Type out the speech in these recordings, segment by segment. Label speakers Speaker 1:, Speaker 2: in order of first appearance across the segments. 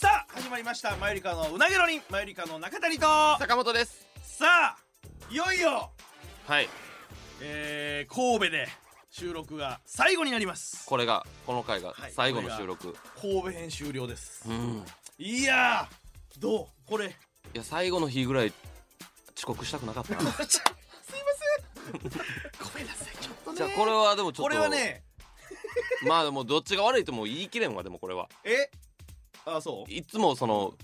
Speaker 1: さあ始まりましたマユリカのうなげろりんマユリカの中谷と
Speaker 2: 坂本です
Speaker 1: さあいよいよ、
Speaker 2: はい
Speaker 1: えー、神戸で収録が最後になります
Speaker 2: これがこの回が
Speaker 1: はい
Speaker 2: 最後の収録、
Speaker 1: 神戸編終了です
Speaker 2: うんい
Speaker 1: いやーどうこれ
Speaker 2: や最後の日ぐらい遅刻したくなかったな
Speaker 1: ごめんなさいちょっとね
Speaker 2: じゃあこれはでもちょっと
Speaker 1: これはね
Speaker 2: まあでもどっちが悪いとも言い切れんわでもこれは
Speaker 1: えあそう
Speaker 2: いつもその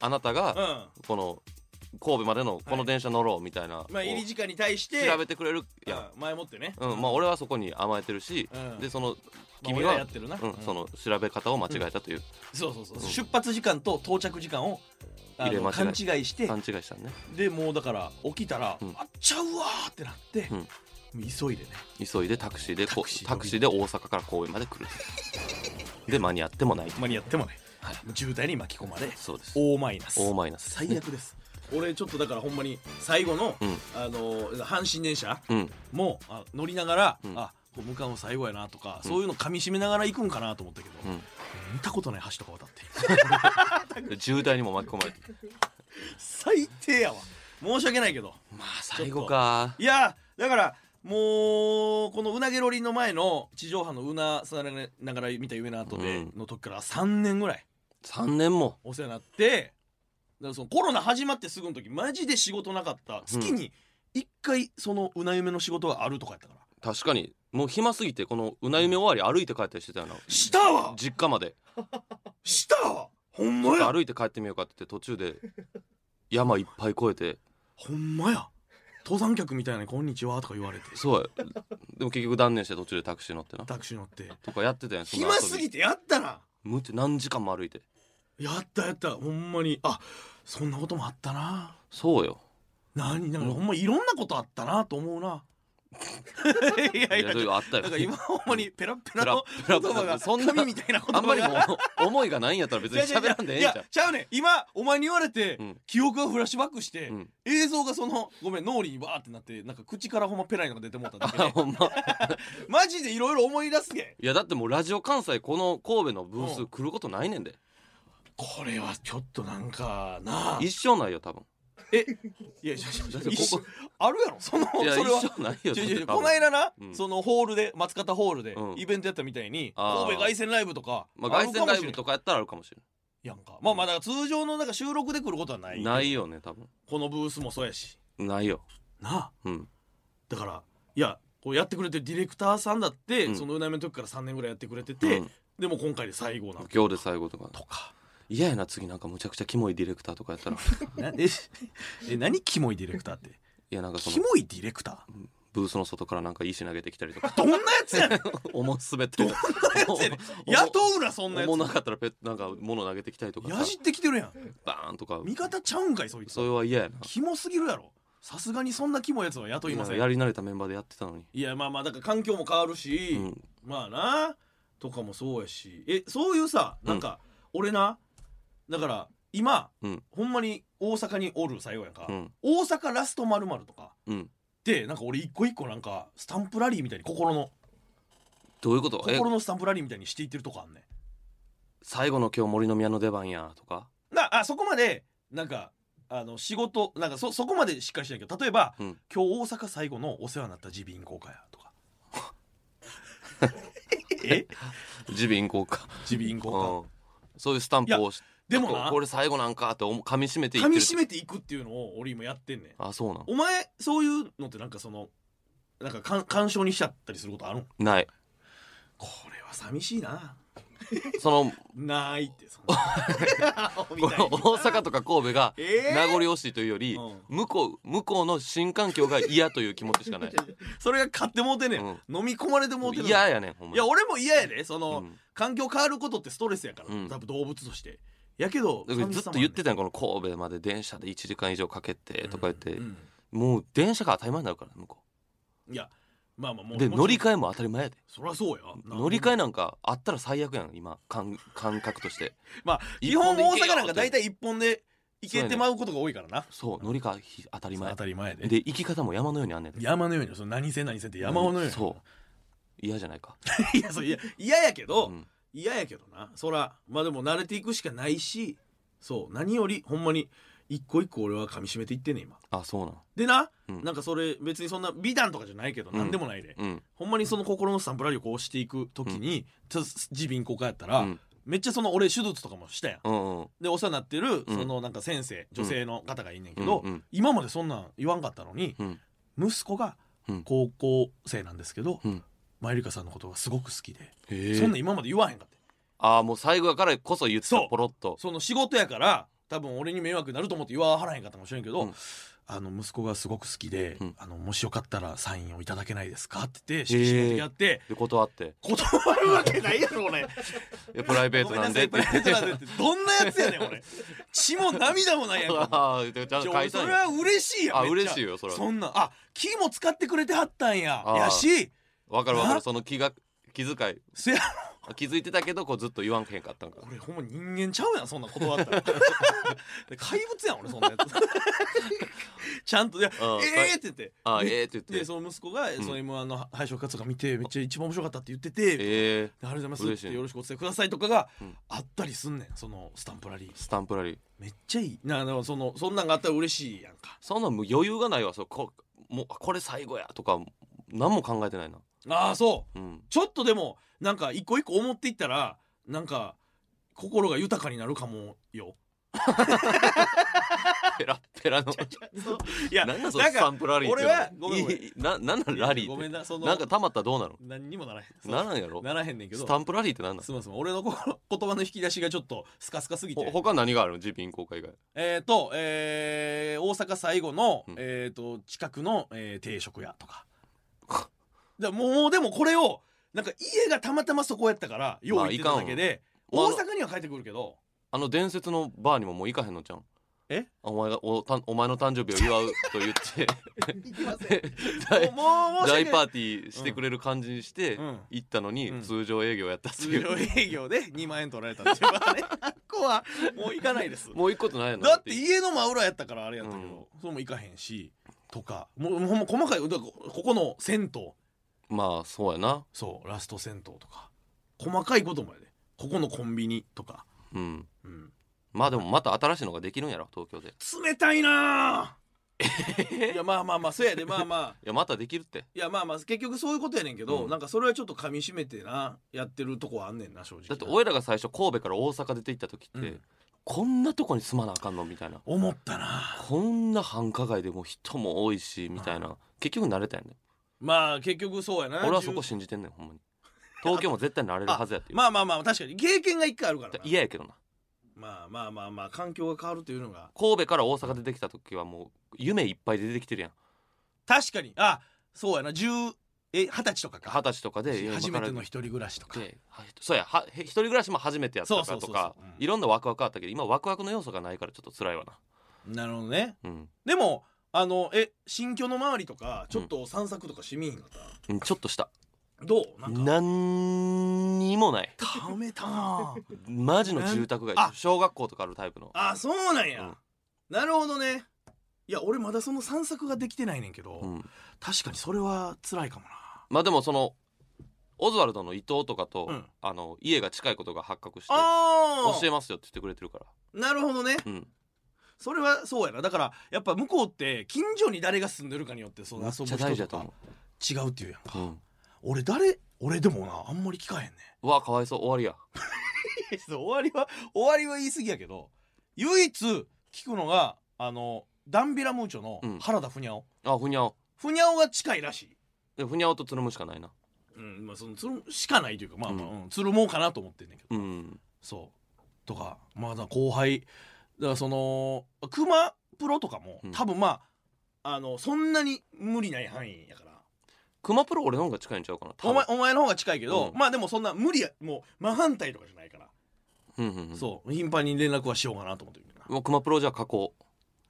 Speaker 2: あなた
Speaker 1: うん
Speaker 2: がこの神戸までのこの電車乗ろうみたいな、
Speaker 1: まあ入り時間に対して
Speaker 2: 調べてくれるやん
Speaker 1: うん前もってね
Speaker 2: うん、まあ俺はそこに甘えてるし、
Speaker 1: うん
Speaker 2: でその
Speaker 1: まあ
Speaker 2: 君
Speaker 1: 俺ら
Speaker 2: は、
Speaker 1: やってるな
Speaker 2: うん
Speaker 1: うん
Speaker 2: その調べ方を間違えたという、
Speaker 1: そうそうそう、
Speaker 2: うん
Speaker 1: 出発時間と到着時間をあの
Speaker 2: 入れ間違え
Speaker 1: 勘違いして
Speaker 2: 勘違いしたね
Speaker 1: でもうだから起きたら、
Speaker 2: うん
Speaker 1: あっちゃうわーってなって、
Speaker 2: うん
Speaker 1: もう急いでね
Speaker 2: 急いでタクシーでこ
Speaker 1: タクシー
Speaker 2: タクシーで大阪から神戸まで来る で間に合ってもないと
Speaker 1: 間に合ってもね、
Speaker 2: はい
Speaker 1: もう渋滞に巻き込まれ
Speaker 2: そうです
Speaker 1: 大マイナス
Speaker 2: 大マイナス
Speaker 1: 最悪です俺ちょっとだからほんまに最後の、
Speaker 2: うん
Speaker 1: あのー阪神電車
Speaker 2: うん
Speaker 1: もあ乗りながら、
Speaker 2: うん
Speaker 1: あこう向かうの最後やなとか、
Speaker 2: うん
Speaker 1: そういうの噛み締めながら行くんかなと思ったけど、
Speaker 2: うん
Speaker 1: 見たことない橋とか渡って
Speaker 2: で渋滞にも巻き込まれて
Speaker 1: 最低やわ申し訳ないけど
Speaker 2: まあ最後か
Speaker 1: いやーだからもうこのうなげロリンの前の地上波のうなさながら見た夢の後で
Speaker 2: うん
Speaker 1: の時から3年ぐらい
Speaker 2: 3年も
Speaker 1: お世話になってだからそのコロナ始まってすぐの時マジで仕事なかった月に1回そのうな夢の仕事があるとかやったから
Speaker 2: 確かにもう暇すぎてこのうな夢終わり歩いて帰ったりしてたよな
Speaker 1: したわ
Speaker 2: 実家まで
Speaker 1: したわほん
Speaker 2: ちょ
Speaker 1: ま
Speaker 2: っと
Speaker 1: や
Speaker 2: 歩いて帰ってみようかって言って途中で山いっぱい越えて
Speaker 1: ほんまや登山客みたいなのに「こんにちは」とか言われて
Speaker 2: そうやでも結局断念して途中でタクシー乗ってな
Speaker 1: タクシー乗って
Speaker 2: とかやってたやんその
Speaker 1: 暇
Speaker 2: 遊び
Speaker 1: すぎてやったな
Speaker 2: むちゃ何時間も歩いて
Speaker 1: やったやったほんまにあそんなこともあったな
Speaker 2: そうよ
Speaker 1: 何なんかほんまいろんなことあったなと思うな。いや
Speaker 2: い
Speaker 1: いや
Speaker 2: やそういうのあった
Speaker 1: なんか今
Speaker 2: よ
Speaker 1: ほんまにペラッペラの
Speaker 2: ペラ
Speaker 1: 言
Speaker 2: ペラ
Speaker 1: 葉が
Speaker 2: そんな
Speaker 1: 神みたいな言
Speaker 2: あ
Speaker 1: 葉
Speaker 2: んまり
Speaker 1: が
Speaker 2: もう思いがないんやったら別に喋らんでええん
Speaker 1: い
Speaker 2: じゃ
Speaker 1: やちゃうねん今お前に言われて、
Speaker 2: うん
Speaker 1: 記憶がフラッシュバックして、
Speaker 2: んうん
Speaker 1: 映像がそのごめん脳裏にわーってなってなんか口からほんまペライのが出てもうただけ
Speaker 2: あ
Speaker 1: で
Speaker 2: ほんま
Speaker 1: マジでいろいろ思い出すげ
Speaker 2: いやだってもうラジオ関西この神戸のブース来ることないねんで
Speaker 1: これはちょっとなんかなあ
Speaker 2: 一生ないよ多分
Speaker 1: いやいやい
Speaker 2: だっ
Speaker 1: やい
Speaker 2: て
Speaker 1: や
Speaker 2: ここ
Speaker 1: あるやろその
Speaker 2: いや
Speaker 1: それは
Speaker 2: 一生ないよ
Speaker 1: 違う
Speaker 2: だっ
Speaker 1: 違う違
Speaker 2: て
Speaker 1: う
Speaker 2: 多
Speaker 1: こ
Speaker 2: 分
Speaker 1: の間な、
Speaker 2: うん
Speaker 1: そのホールで松方ホールで
Speaker 2: うん
Speaker 1: イベントやったみたいに、
Speaker 2: あー
Speaker 1: 神戸凱旋ライブとか
Speaker 2: まあ凱旋ライ
Speaker 1: あるかもしれ
Speaker 2: ブ
Speaker 1: ん
Speaker 2: とかやったらあるかもしれ
Speaker 1: やんかまあまあだから通常のなんか収録で来ることはない
Speaker 2: ないないよね多分
Speaker 1: このブースもそうやし
Speaker 2: ないよ
Speaker 1: なあ
Speaker 2: うん
Speaker 1: だからいやこうやってくれてるディレクターさんだって、
Speaker 2: うん
Speaker 1: そのうなみの時から3年ぐらいやってくれてて、
Speaker 2: うん
Speaker 1: でも今回で最後なの
Speaker 2: 今日で最後とか
Speaker 1: とか
Speaker 2: 嫌やな次なんかむちゃくちゃキモいディレクターとかやった ら
Speaker 1: なええ何キモいディレクターって
Speaker 2: いやなんかそ
Speaker 1: キ
Speaker 2: の
Speaker 1: モいディレクタ
Speaker 2: ブースの外からなんか石投げてきたりとか
Speaker 1: ーどんなやつやねん
Speaker 2: 重滑ってる
Speaker 1: どんなやつやねん雇うなそんなや
Speaker 2: 思な
Speaker 1: つ
Speaker 2: かったらペッなんか物投げてきたりとかさ
Speaker 1: やじってきてるやん
Speaker 2: バーンとか
Speaker 1: 味方ちゃうんかいそいつ
Speaker 2: それは嫌やな
Speaker 1: キモすぎるやろさすがにそんなキモいやつは雇いません
Speaker 2: やり慣れたメンバーでやってたのに、
Speaker 1: いやまあまあだから環境も変わるし、
Speaker 2: うん
Speaker 1: まあなとかもそうやしえそういうさなんか、俺なだから今、
Speaker 2: うん
Speaker 1: ほんまに大阪におる最後やんか、
Speaker 2: うん
Speaker 1: 大阪ラストまるとか
Speaker 2: うん、
Speaker 1: でなんか俺一個一個なんかスタンプラリーみたいに心の
Speaker 2: どういうことえ
Speaker 1: 心のスタンプラリーみたいにしていってるとこあんね
Speaker 2: 最後の今日森の宮の出番やとか、
Speaker 1: んなあそこまでなんかあの仕事なんかそそこまでしっかりしてないけど例えば、
Speaker 2: うん
Speaker 1: 今日大阪最後のお世話になった耳鼻咽喉科やと かえ
Speaker 2: 耳鼻咽喉科
Speaker 1: 耳鼻咽
Speaker 2: う
Speaker 1: 喉科
Speaker 2: んそういうスタンプをし
Speaker 1: でもな
Speaker 2: これ最後なんかって思う噛み締めていって
Speaker 1: 噛
Speaker 2: る
Speaker 1: み締めていくっていうのを俺今やってんねん
Speaker 2: あそうなん
Speaker 1: お前そういうのってなんかそのなんかかん干渉にしちゃったりすることあるん
Speaker 2: ない
Speaker 1: これは寂しいな
Speaker 2: その
Speaker 1: ないってそんな み
Speaker 2: こ
Speaker 1: たい
Speaker 2: の
Speaker 1: な
Speaker 2: 大阪とか神戸が
Speaker 1: えー
Speaker 2: 名残惜しいというより、
Speaker 1: うん
Speaker 2: 向こう向こうの新環境が嫌という気持ちしか ない
Speaker 1: それが買ってもうてんねん、飲み込まれてもうてんねん
Speaker 2: 嫌やねんほんま
Speaker 1: いや俺も嫌やでその、
Speaker 2: うん
Speaker 1: 環境変わることってストレスやから、
Speaker 2: うん
Speaker 1: 多分動物としてやけど
Speaker 2: だからずっと言って
Speaker 1: た
Speaker 2: たやんこの神戸まで電車で1時間以上かけてとか言って、
Speaker 1: うん
Speaker 2: もう電車が当たり前になるから向こ
Speaker 1: いやまあまあも
Speaker 2: う
Speaker 1: う
Speaker 2: で乗り
Speaker 1: え
Speaker 2: 換えも当たり前やで
Speaker 1: そりゃそうや
Speaker 2: 乗り換え
Speaker 1: な
Speaker 2: なんかあったら最悪やん今感感覚として
Speaker 1: まあ基本大阪なんか大体一本で行けてまうことが多いからな
Speaker 2: そう乗り換え当たり前
Speaker 1: 当たり前で
Speaker 2: で行き方も山のようにあんねんで
Speaker 1: 山のようにその何線何線って山のように、
Speaker 2: そう嫌じゃないか、
Speaker 1: いやそういや嫌やけど、
Speaker 2: うん
Speaker 1: 嫌やけどなそらまあでも慣れていくしかないしそう何よりほんまに一個一個俺は噛み締めていってんねん今
Speaker 2: あそうなん
Speaker 1: でな、
Speaker 2: うん
Speaker 1: なんかそれ別にそんな美談とかじゃないけど、
Speaker 2: うん
Speaker 1: なんでもないで、
Speaker 2: うん
Speaker 1: ほんまにその心のスタンプラリーをこうしていく時に耳鼻咽喉科やったら、
Speaker 2: うん
Speaker 1: めっちゃその俺手術とかもしたやん
Speaker 2: うんうん
Speaker 1: でお世話になって
Speaker 2: う
Speaker 1: る
Speaker 2: ん
Speaker 1: そのなんか先生、女性の方がいんねんけど、
Speaker 2: うんうん
Speaker 1: 今までそんなん言わんかったのに、
Speaker 2: うん
Speaker 1: 息子が
Speaker 2: うん
Speaker 1: 高校生なんですけど、
Speaker 2: うん
Speaker 1: マユリカさんのことがすごく好きで、
Speaker 2: へえ
Speaker 1: そんなん今まで言わへんかった
Speaker 2: ああもう最後やからこそ言ってた
Speaker 1: そう
Speaker 2: ポロッと
Speaker 1: その仕事やから多分俺に迷惑になると思って言わはらへんかったかもしれんけど、
Speaker 2: うん
Speaker 1: あの息子がすごく好きで、
Speaker 2: うん
Speaker 1: あのもしよかったらサインをいただけないですかって言って色紙持ってき合って
Speaker 2: で断って
Speaker 1: 断るわけないやろ俺
Speaker 2: いやプライベートなんでって
Speaker 1: ごめんなさいプライベートなん でってどんなやつやねん俺血も涙もないやんか
Speaker 2: あ あでちゃん
Speaker 1: じ
Speaker 2: と
Speaker 1: ゃ
Speaker 2: 書
Speaker 1: あ俺
Speaker 2: い
Speaker 1: そ
Speaker 2: たん
Speaker 1: れ
Speaker 2: や
Speaker 1: は嬉しいやん
Speaker 2: あ
Speaker 1: めっちゃ
Speaker 2: 嬉しいよそれは
Speaker 1: んなんあ木も使ってくれてはったんや
Speaker 2: あー
Speaker 1: やし
Speaker 2: わかるわかる
Speaker 1: な
Speaker 2: その気が気遣い
Speaker 1: せや
Speaker 2: 気づいてたけどこうずっと言わんけんかったんか
Speaker 1: 俺ほんま人間ちゃうやんそんなん断ったら 怪物やん俺そんなやつ ちゃんといや「え
Speaker 2: あー
Speaker 1: えー!」って言って
Speaker 2: あーええって言って
Speaker 1: でその息子が
Speaker 2: ん
Speaker 1: その m 1の敗者復活とか見てめっちゃ一番面白かったって言ってて「で
Speaker 2: ええ
Speaker 1: ありがとうございま
Speaker 2: 嬉
Speaker 1: す」
Speaker 2: しい
Speaker 1: って「よろしくお伝えください」とかが
Speaker 2: うん
Speaker 1: あったりすんねんそのスタンプラリー
Speaker 2: スタンプラリー
Speaker 1: めっちゃいいなあのそのそんなんがあったら嬉しいやんか
Speaker 2: そんなんもう余裕がないわそうこもうあこれ最後やとか何も考えてないな
Speaker 1: ああそう
Speaker 2: うん
Speaker 1: ちょっとでもなんか一個一個思っていったらなんか心が豊かになるかもよ
Speaker 2: ペラッペラの
Speaker 1: いや
Speaker 2: なんなんそのスタンプラリーっていうの
Speaker 1: 俺はごめんごめん
Speaker 2: いいななんなんラリー
Speaker 1: ご
Speaker 2: っ
Speaker 1: めん
Speaker 2: て
Speaker 1: なその
Speaker 2: なんか溜まったらどうなの
Speaker 1: 何にもならへん
Speaker 2: ならんやろ
Speaker 1: ならへんねんけど
Speaker 2: スタンプラリーってなんなん
Speaker 1: すまんすまん俺の心言葉の引き出しがちょっとスカスカすぎ
Speaker 2: ほ
Speaker 1: て
Speaker 2: 他何があるの耳鼻咽喉科以外
Speaker 1: えー、と、えー大阪最後の、
Speaker 2: うん
Speaker 1: えー、と近くの、えー定食屋とかでもうでもこれをなんか家がたまたまそこやったからよう行ってただけで、
Speaker 2: まあいかんわ
Speaker 1: 大阪には帰ってくるけど
Speaker 2: あの伝説のバーにももう行かへんのじゃん
Speaker 1: え
Speaker 2: お前がおたお前の誕生日を祝うと言って
Speaker 1: 行きません
Speaker 2: 大
Speaker 1: もうもう
Speaker 2: 大パ
Speaker 1: ー
Speaker 2: ーティーしてくれる感じにして
Speaker 1: うん
Speaker 2: 行ったの
Speaker 1: う
Speaker 2: に
Speaker 1: ん
Speaker 2: 通常営業やったってい
Speaker 1: 通
Speaker 2: う
Speaker 1: 常営業で2万円取られたっていうまたねあっこはもう行かないです
Speaker 2: もう行くことないやん
Speaker 1: だって家の真裏やったからあれやったけど、
Speaker 2: う
Speaker 1: それも行かへんしとかもうほんま細かいだからここの銭湯
Speaker 2: まあそうやな
Speaker 1: そうラスト銭湯とか細かいことまでここのコンビニとか、
Speaker 2: うん
Speaker 1: うん、
Speaker 2: まあでもまた新しいのができるんやろ東京でい
Speaker 1: 冷たいなぁいやまあまあまあそうやでまあまあ
Speaker 2: やまたできるって
Speaker 1: いやまあまあ結局そういうことやねんけど、
Speaker 2: うん
Speaker 1: なんかそれはちょっと噛み締めてなやってるとこはあんねんな正直
Speaker 2: だって俺らが最初神戸から大阪出て行った時って、
Speaker 1: うん
Speaker 2: こんなとこに住まなあかんのみたいな
Speaker 1: 思ったなぁ
Speaker 2: こんな繁華街でもう人も多いしみたいな結局慣れたよね
Speaker 1: まあ結局そうやな
Speaker 2: 俺はそこ
Speaker 1: じ
Speaker 2: 信じてんねんほん まに東京も絶対慣れるはずやって
Speaker 1: ゅう
Speaker 2: いう
Speaker 1: まあまあまあ確かに経験が一回あるからな
Speaker 2: 嫌やけどな
Speaker 1: まあまあまあまあ環境が変わるというのが
Speaker 2: 神戸から大阪出てきた時はもう夢いっぱい出てきてるやん
Speaker 1: 確かにあそうやな10え二十歳とか
Speaker 2: 二十
Speaker 1: か
Speaker 2: 歳とかで
Speaker 1: 初めて
Speaker 2: 今
Speaker 1: の
Speaker 2: か
Speaker 1: 一人暮らしとから
Speaker 2: ではいそうやはへ一人暮らしも初めてやったから
Speaker 1: そう
Speaker 2: と
Speaker 1: そうそうそう
Speaker 2: か
Speaker 1: うん
Speaker 2: いろんなワクワクあったけど今ワクワクの要素がないからちょっと辛いわな
Speaker 1: なるほどね
Speaker 2: うん
Speaker 1: でもあのえ新居の周りとかちょっと散策とかしみんかった、
Speaker 2: うんちょっとした
Speaker 1: どうなんか
Speaker 2: なんにもない
Speaker 1: ためたな
Speaker 2: マジの住宅街
Speaker 1: なんあ
Speaker 2: 小学校とかあるタイプの
Speaker 1: ああそうなんや、
Speaker 2: うん
Speaker 1: なるほどねいや俺まだその散策ができてないねんけど、
Speaker 2: うん
Speaker 1: 確かにそれは辛いかもな
Speaker 2: まあでもそのオズワルドの伊藤とかと、
Speaker 1: うん
Speaker 2: あの家が近いことが発覚して
Speaker 1: あ
Speaker 2: 教えますよって言ってくれてるから
Speaker 1: なるほどね
Speaker 2: うん
Speaker 1: それはそうやなだからやっぱ向こうって近所に誰が住んでるかによってその
Speaker 2: めっ
Speaker 1: 遊ぶ
Speaker 2: ちゃ大事
Speaker 1: 人
Speaker 2: だと
Speaker 1: とか
Speaker 2: 思
Speaker 1: 違うっていうやんか
Speaker 2: う、うん、
Speaker 1: 俺誰俺でもなあんまり聞かへんね
Speaker 2: うわかわいそう終わりや
Speaker 1: いやそう終わりは終わりは言い過ぎやけど唯一聞くのがあのダンビラムーチョの
Speaker 2: うん
Speaker 1: 原田ふにゃお、
Speaker 2: あふにゃお
Speaker 1: ふにゃおが近いらしい、
Speaker 2: でふにゃおとつるむしかないな
Speaker 1: うんまあ、そのつるしかないというかまあまあ、
Speaker 2: う
Speaker 1: うんつるもうかなと思ってんねんけど、
Speaker 2: うん
Speaker 1: そうとかまあだから後輩だからそのクマプロとかも、
Speaker 2: うん
Speaker 1: 多分まああのそんなに無理ない範囲やから
Speaker 2: 熊プロ俺の方が近いんちゃうかな多分
Speaker 1: お前お前の方が近いけど、
Speaker 2: うん
Speaker 1: まあでもそんな無理やもう真反対とかじゃないから、
Speaker 2: うんうんうん
Speaker 1: そう頻繁に連絡はしようかなと思ってる
Speaker 2: もう熊プロじゃ加工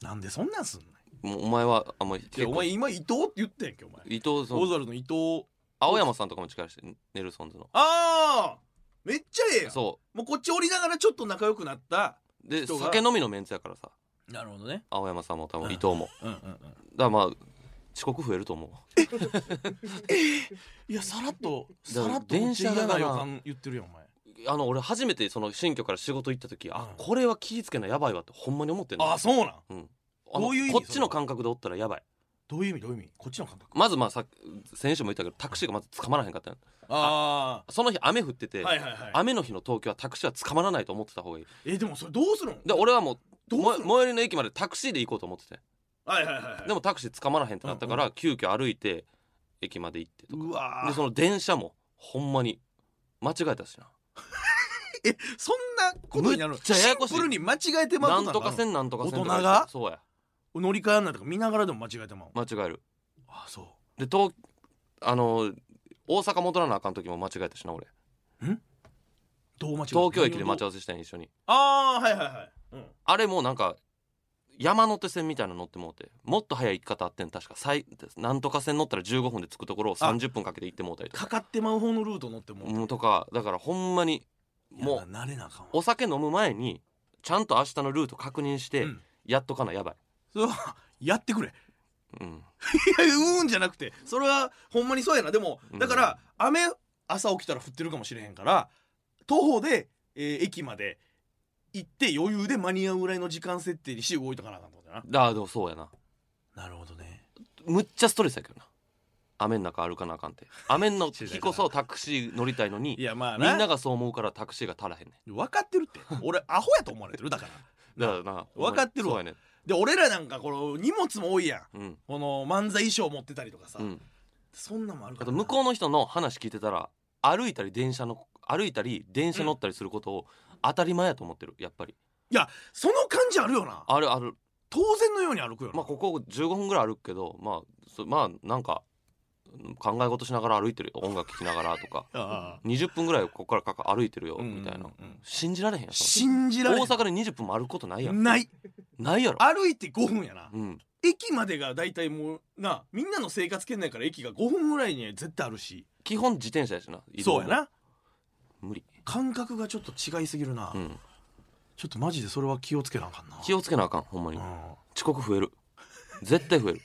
Speaker 1: なんでそんなんすんの
Speaker 2: もうお前はあんまり
Speaker 1: いやお前今伊藤って言ってんけお前
Speaker 2: 伊藤さ
Speaker 1: オ
Speaker 2: ん
Speaker 1: ザルの伊藤
Speaker 2: 青山さんとかも近いしネルソンズの
Speaker 1: ああめっちゃええやん
Speaker 2: そ
Speaker 1: もうこっち降りながらちょっと仲良くなった
Speaker 2: うで
Speaker 1: 人が
Speaker 2: 酒飲みのメンツやからさ
Speaker 1: なるほどね
Speaker 2: 青山さんも多分
Speaker 1: うん
Speaker 2: 伊藤も
Speaker 1: うんうんう
Speaker 2: だ
Speaker 1: ん
Speaker 2: からまあ遅刻増えると思うわ
Speaker 1: いやさらっと
Speaker 2: だ
Speaker 1: さ
Speaker 2: からら
Speaker 1: っとめっちゃ嫌
Speaker 2: 電車がな
Speaker 1: な予感言ってるやんお前
Speaker 2: あの俺初めてその新居から仕事行った時、あ
Speaker 1: うん
Speaker 2: これは気ぃつけなやばいわってほんまに思ってんの
Speaker 1: ああそうなん
Speaker 2: うんあの
Speaker 1: どういう意味
Speaker 2: こっ
Speaker 1: そ
Speaker 2: ち
Speaker 1: れ
Speaker 2: の
Speaker 1: は
Speaker 2: 感覚でおったらやばい
Speaker 1: どういう意味どういう意味こっちの感覚
Speaker 2: まずまあさ先週も言ったけどタクシーがまず捕まらへんかったん
Speaker 1: あ
Speaker 2: その日雨降ってて、
Speaker 1: あはいはいはい
Speaker 2: 雨の日の東京はタクシーは捕まらないと思ってた方がいい
Speaker 1: えでもそれどうするん
Speaker 2: で俺はもう
Speaker 1: どう
Speaker 2: も
Speaker 1: する
Speaker 2: 最寄りの駅までタクシーで行こうと思ってて
Speaker 1: はいはいはいはい
Speaker 2: でもタクシー捕まらへんってなったから、急遽歩いて駅まで行ってとか
Speaker 1: うわ
Speaker 2: で
Speaker 1: ー
Speaker 2: その電車もほんまに間違えたしな
Speaker 1: えそんなことになる
Speaker 2: むっちゃややこしい
Speaker 1: シンプルに間違えてまう
Speaker 2: な
Speaker 1: こ
Speaker 2: んとかせ
Speaker 1: ん
Speaker 2: んなんとかせんとか
Speaker 1: 大人が
Speaker 2: そうや
Speaker 1: 乗り換えんないとか見ながらでも間違えてまう
Speaker 2: 間違える
Speaker 1: ああそ
Speaker 2: で東あの大阪戻らなあかん時も間違えたしな俺
Speaker 1: うどう間違え
Speaker 2: 東京駅で待ち合
Speaker 1: う
Speaker 2: わせしたん一緒に
Speaker 1: ああはいはいはいうん
Speaker 2: あれもうなんか山手線みたいなの乗ってもうてもっと早い行き方あってん確か最なんとか線乗ったら15分で着くところを30分かけて行ってもうたりとか
Speaker 1: かかってまう方のルート乗っても
Speaker 2: うんとかだからほんまにもう
Speaker 1: う慣れなあかんわ
Speaker 2: お酒飲む前にちゃんと明日のルート確認して
Speaker 1: うん
Speaker 2: やっとかなやばい、
Speaker 1: それは やってくれ
Speaker 2: うん、
Speaker 1: いやうーんじゃなくてそれはほんまにそうやなでも
Speaker 2: うん
Speaker 1: だから雨朝起きたら降ってるかもしれへんから徒歩で、えー駅まで行って余裕で間に合うぐらいの時間設定にして動いとかなあかんってことだ
Speaker 2: だでもそうやな
Speaker 1: ななるほどね
Speaker 2: むっちゃストレスやけどな雨の中歩かなあかんって雨 の日こそタクシー乗りたいの
Speaker 1: い
Speaker 2: に
Speaker 1: やまあ
Speaker 2: みんな
Speaker 1: な
Speaker 2: がそう思うからタクシーが足らへんね
Speaker 1: 分かってる って俺アホやと思われてるだから
Speaker 2: んだからな
Speaker 1: 分かってる
Speaker 2: そう
Speaker 1: わ
Speaker 2: やねん
Speaker 1: で俺らなんかこの荷物も多いやん
Speaker 2: うん
Speaker 1: この漫才衣装持ってたりとかさ、
Speaker 2: うん
Speaker 1: そんなんもあるか
Speaker 2: あ
Speaker 1: ら
Speaker 2: と
Speaker 1: な
Speaker 2: 向こうの人の話聞いてたら歩いたり電車の歩いたり電車乗ったりすることを当たり前やと思ってるやっぱり
Speaker 1: その感じあるよな
Speaker 2: あるある
Speaker 1: 当然のように歩くよな、
Speaker 2: まあここ15分ぐらい歩くけどまあそまあなんかうん考え事しながら歩いてるよ音楽聴きながらとか
Speaker 1: あ
Speaker 2: 20分ぐらいここからかか歩いてるよ
Speaker 1: あ
Speaker 2: みたいな、
Speaker 1: うんうんうん
Speaker 2: 信じられへんやんそん
Speaker 1: 信じ
Speaker 2: な
Speaker 1: られへ
Speaker 2: 大
Speaker 1: ん
Speaker 2: 阪で20分も歩くことないやん
Speaker 1: ない
Speaker 2: ないやろ
Speaker 1: 歩いて5分やな、
Speaker 2: うん
Speaker 1: 駅までが大体もうなみんなの生活圏内から駅が5分ぐらいには絶対あるし
Speaker 2: 基本自転車やしな移動
Speaker 1: そ
Speaker 2: も
Speaker 1: うやな
Speaker 2: 無理、
Speaker 1: 感覚がちょっと違いすぎるな、
Speaker 2: うん、
Speaker 1: ちょっとマジでそれは気をつけなあかんな
Speaker 2: 気をつけなあかんほんまに
Speaker 1: うん
Speaker 2: 遅刻増える絶対増える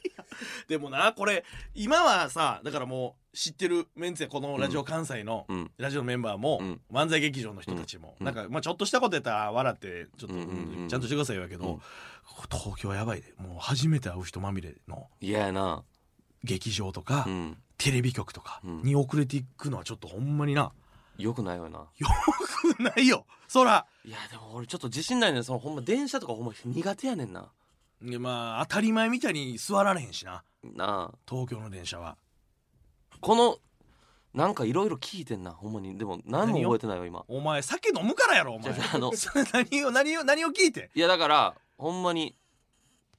Speaker 1: でもなこれ今はさだからもう知ってるメンツやこのラジオ関西の、
Speaker 2: うん
Speaker 1: ラジオのメンバーも、
Speaker 2: うん
Speaker 1: 漫才劇場の人たちも、
Speaker 2: うん
Speaker 1: なんか、まあ、ちょっとしたことやったら笑ってちょっと、
Speaker 2: うんうんうん
Speaker 1: ちゃんとしてくださいよやけど、
Speaker 2: うん
Speaker 1: ここ東京やばいでもう初めて会う人まみれの
Speaker 2: 嫌やな
Speaker 1: 劇場とか、
Speaker 2: うん
Speaker 1: テレビ局とか
Speaker 2: うん
Speaker 1: に遅れていくのはちょっとほんまにな、
Speaker 2: よくないよ な
Speaker 1: よくないよそら
Speaker 2: いやでも俺ちょっと自信ないねんそのほんま電車とかほんま苦手やねんない
Speaker 1: やまあ当たり前みたいに座られへんしな
Speaker 2: なあ
Speaker 1: 東京の電車は
Speaker 2: このなんかいろいろ聞いてんなほんまにでも何も
Speaker 1: 何を
Speaker 2: 覚えてないわ今
Speaker 1: お前酒飲むからやろお前
Speaker 2: じゃああの
Speaker 1: それ何を何を何を聞いて
Speaker 2: いやだからほんまに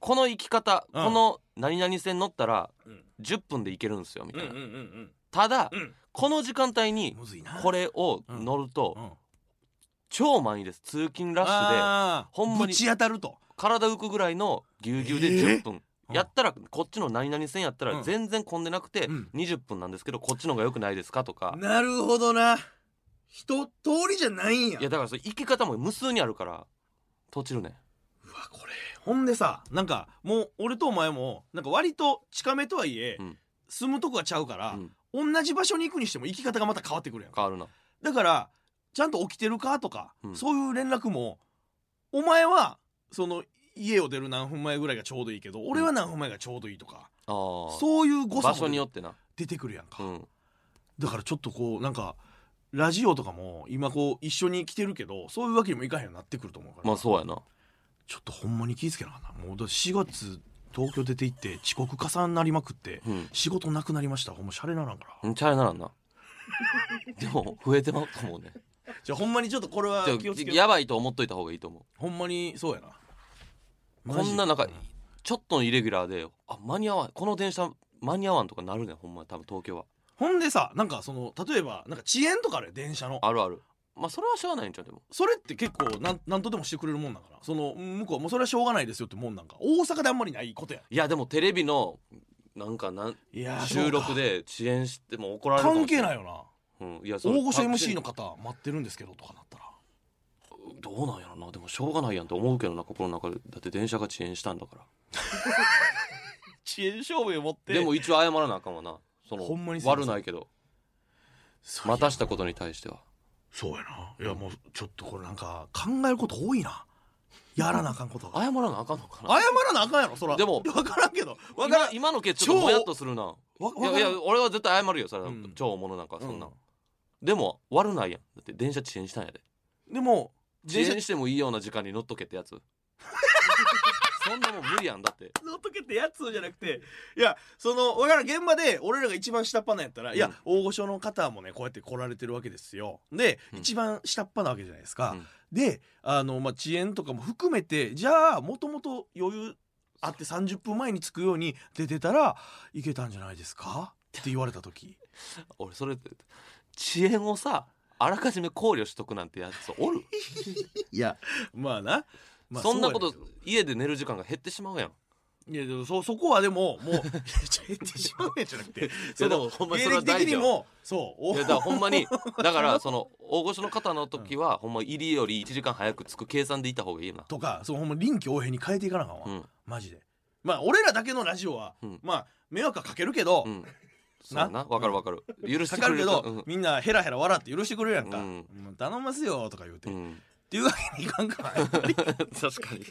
Speaker 2: この行き方、
Speaker 1: うん
Speaker 2: この何々線乗ったら
Speaker 1: うん
Speaker 2: 10分で行けるんですよみたいな、
Speaker 1: ん
Speaker 2: ただ、
Speaker 1: うん
Speaker 2: この時間帯に
Speaker 1: むずいな
Speaker 2: こ
Speaker 1: れ、
Speaker 2: れを
Speaker 1: うん
Speaker 2: 乗ると、
Speaker 1: うん、
Speaker 2: 超満員です通勤ラッシュで
Speaker 1: あー
Speaker 2: ほんまに
Speaker 1: ぶち当たると
Speaker 2: 体浮くぐらいのぎゅうぎゅうで10分、
Speaker 1: うん
Speaker 2: やったらこっちの何々線やった
Speaker 1: う
Speaker 2: ら
Speaker 1: ん
Speaker 2: 全然混んでなくて
Speaker 1: うん
Speaker 2: 20分なんですけどこっちの方が良くないですかとか、
Speaker 1: なるほどな一通りじゃないんや
Speaker 2: いやだからそれ行き方も無数にあるからとちるね
Speaker 1: うわこれほんでさなんかもう俺とお前もなんか割と近めとはいえ、
Speaker 2: うん
Speaker 1: 住むとこはちゃうから、同じ場所に行くにしても行き方がまた変わってくるやん
Speaker 2: 変わるな
Speaker 1: だからちゃんと起きてるかとか、
Speaker 2: うん
Speaker 1: そういう連絡もお前はその家を出る何分前ぐらいがちょうどいいけど俺は何分前がちょうどいいとか、
Speaker 2: あー
Speaker 1: そういう誤差
Speaker 2: 場所によ
Speaker 1: も
Speaker 2: ってな、
Speaker 1: 出てくるやんか、
Speaker 2: うん、
Speaker 1: だからちょっとこうなんかラジオとかも今こう一緒に来てるけどそういうわけにもいかへんようになってくると思うから、
Speaker 2: まあそうやな
Speaker 1: ちょっとほんまに気ぃつけなあかんなもうだって4月東京出て行って遅刻重なりまくって
Speaker 2: うん
Speaker 1: 仕事なくなりましたほんまシャレならんから
Speaker 2: うんちゃうならんなでも増えてますと思う ね
Speaker 1: じゃあほんまにちょっとこれは気をつ
Speaker 2: ち
Speaker 1: け
Speaker 2: ょ
Speaker 1: て
Speaker 2: やばいと思っといた方がいいと思う
Speaker 1: ほんまにそうやな
Speaker 2: こんな
Speaker 1: マ
Speaker 2: 中
Speaker 1: ジ
Speaker 2: ちょっとのイレギュラーであ間に合わんこの電車間に合わんとかなるねんほんまに多分東京は
Speaker 1: ほんでさなんかその例えばなんか遅延とかあるよ電車の
Speaker 2: あるあるまあそれはしょうがないんちゃうでも
Speaker 1: それって結構なんなんとでもしてくれるもんなんかなその向こうはもうそれはしょうがないですよってもんなんか大阪であんまりないことや
Speaker 2: いやでもテレビのなんかなん
Speaker 1: いやー
Speaker 2: 収録で遅延しても怒られ
Speaker 1: そう
Speaker 2: るか
Speaker 1: か
Speaker 2: も
Speaker 1: 関
Speaker 2: しれ
Speaker 1: 係ないよな
Speaker 2: うん、いやそれ
Speaker 1: 大御所 MC の
Speaker 2: パ
Speaker 1: 方待ってるんですけどとかなったら
Speaker 2: ッチンどうなんやろなでもしょうがないやんと思うけどな心の中でだって電車が遅延したんだか
Speaker 1: 遅延証明持っ
Speaker 2: らでも一応謝らなあかんわなその
Speaker 1: ほんまにすいませ
Speaker 2: 悪
Speaker 1: ん
Speaker 2: ないけど
Speaker 1: そう
Speaker 2: 待たしたことに対しては
Speaker 1: そうやないやもうちょっとこれなんか考えること多いなやらなあかんことが
Speaker 2: 謝らなあかんのか
Speaker 1: 謝
Speaker 2: な
Speaker 1: らなあかんやろそら
Speaker 2: でも
Speaker 1: 分からんけど分から
Speaker 2: 今
Speaker 1: ん
Speaker 2: 今の結ちょっと
Speaker 1: 超
Speaker 2: もやっとするな
Speaker 1: わ
Speaker 2: いやい
Speaker 1: わからん
Speaker 2: や俺は絶対謝るよそれは、
Speaker 1: うん
Speaker 2: 超大物なんかそんな、
Speaker 1: うん
Speaker 2: でも悪ないやんだって電車遅延したんやで
Speaker 1: でも
Speaker 2: 遅
Speaker 1: 電車
Speaker 2: 延してもいいような時間に乗っとけってや つそんなもん無理やんだって
Speaker 1: のとけってやつをじゃなくていやその分からん現場で俺らが一番下っ端なんやったら、いや大御所の方もねこうやって来られてるわけですよで、
Speaker 2: うん
Speaker 1: 一番下っ端なわけじゃないですか、
Speaker 2: うん
Speaker 1: であの、まあ、遅延とかも含めてじゃあもともと余裕あって30分前に着くように出てたらいけたんじゃないですかって言われた時
Speaker 2: 俺それ遅延をさあらかじめ考慮しとくなんてやつおる、
Speaker 1: いやまあな、まあ
Speaker 2: そんなこ
Speaker 1: う
Speaker 2: と
Speaker 1: やねんけど
Speaker 2: 家で寝る時間が減ってしまうやん
Speaker 1: いやでもそそこはでももういやちょ減ってしまうやんじゃなくて
Speaker 2: やでも
Speaker 1: の
Speaker 2: ほんまに
Speaker 1: 芸
Speaker 2: それは
Speaker 1: 歴的
Speaker 2: 大事
Speaker 1: に
Speaker 2: よ
Speaker 1: もそうお
Speaker 2: いやだからほんまに だからその大御所の方の時は、ほんま入りより1時間早く着く計算でいた方がいいよな
Speaker 1: とかそのほんま臨機応変に変えていかなあかんわ、
Speaker 2: うん
Speaker 1: マジでまあ俺らだけのラジオは、
Speaker 2: うん
Speaker 1: まあ迷惑はかけるけど、
Speaker 2: うんそうやなわかるわかる許して
Speaker 1: かか
Speaker 2: く
Speaker 1: る
Speaker 2: れ
Speaker 1: け
Speaker 2: る
Speaker 1: ど、
Speaker 2: うん
Speaker 1: みんなヘラヘラ笑って許してくれるやんか、
Speaker 2: うん
Speaker 1: もう頼ますよとか言うて、
Speaker 2: う
Speaker 1: っ
Speaker 2: ん、
Speaker 1: ていうわけにいかんからやっぱ り
Speaker 2: 確かに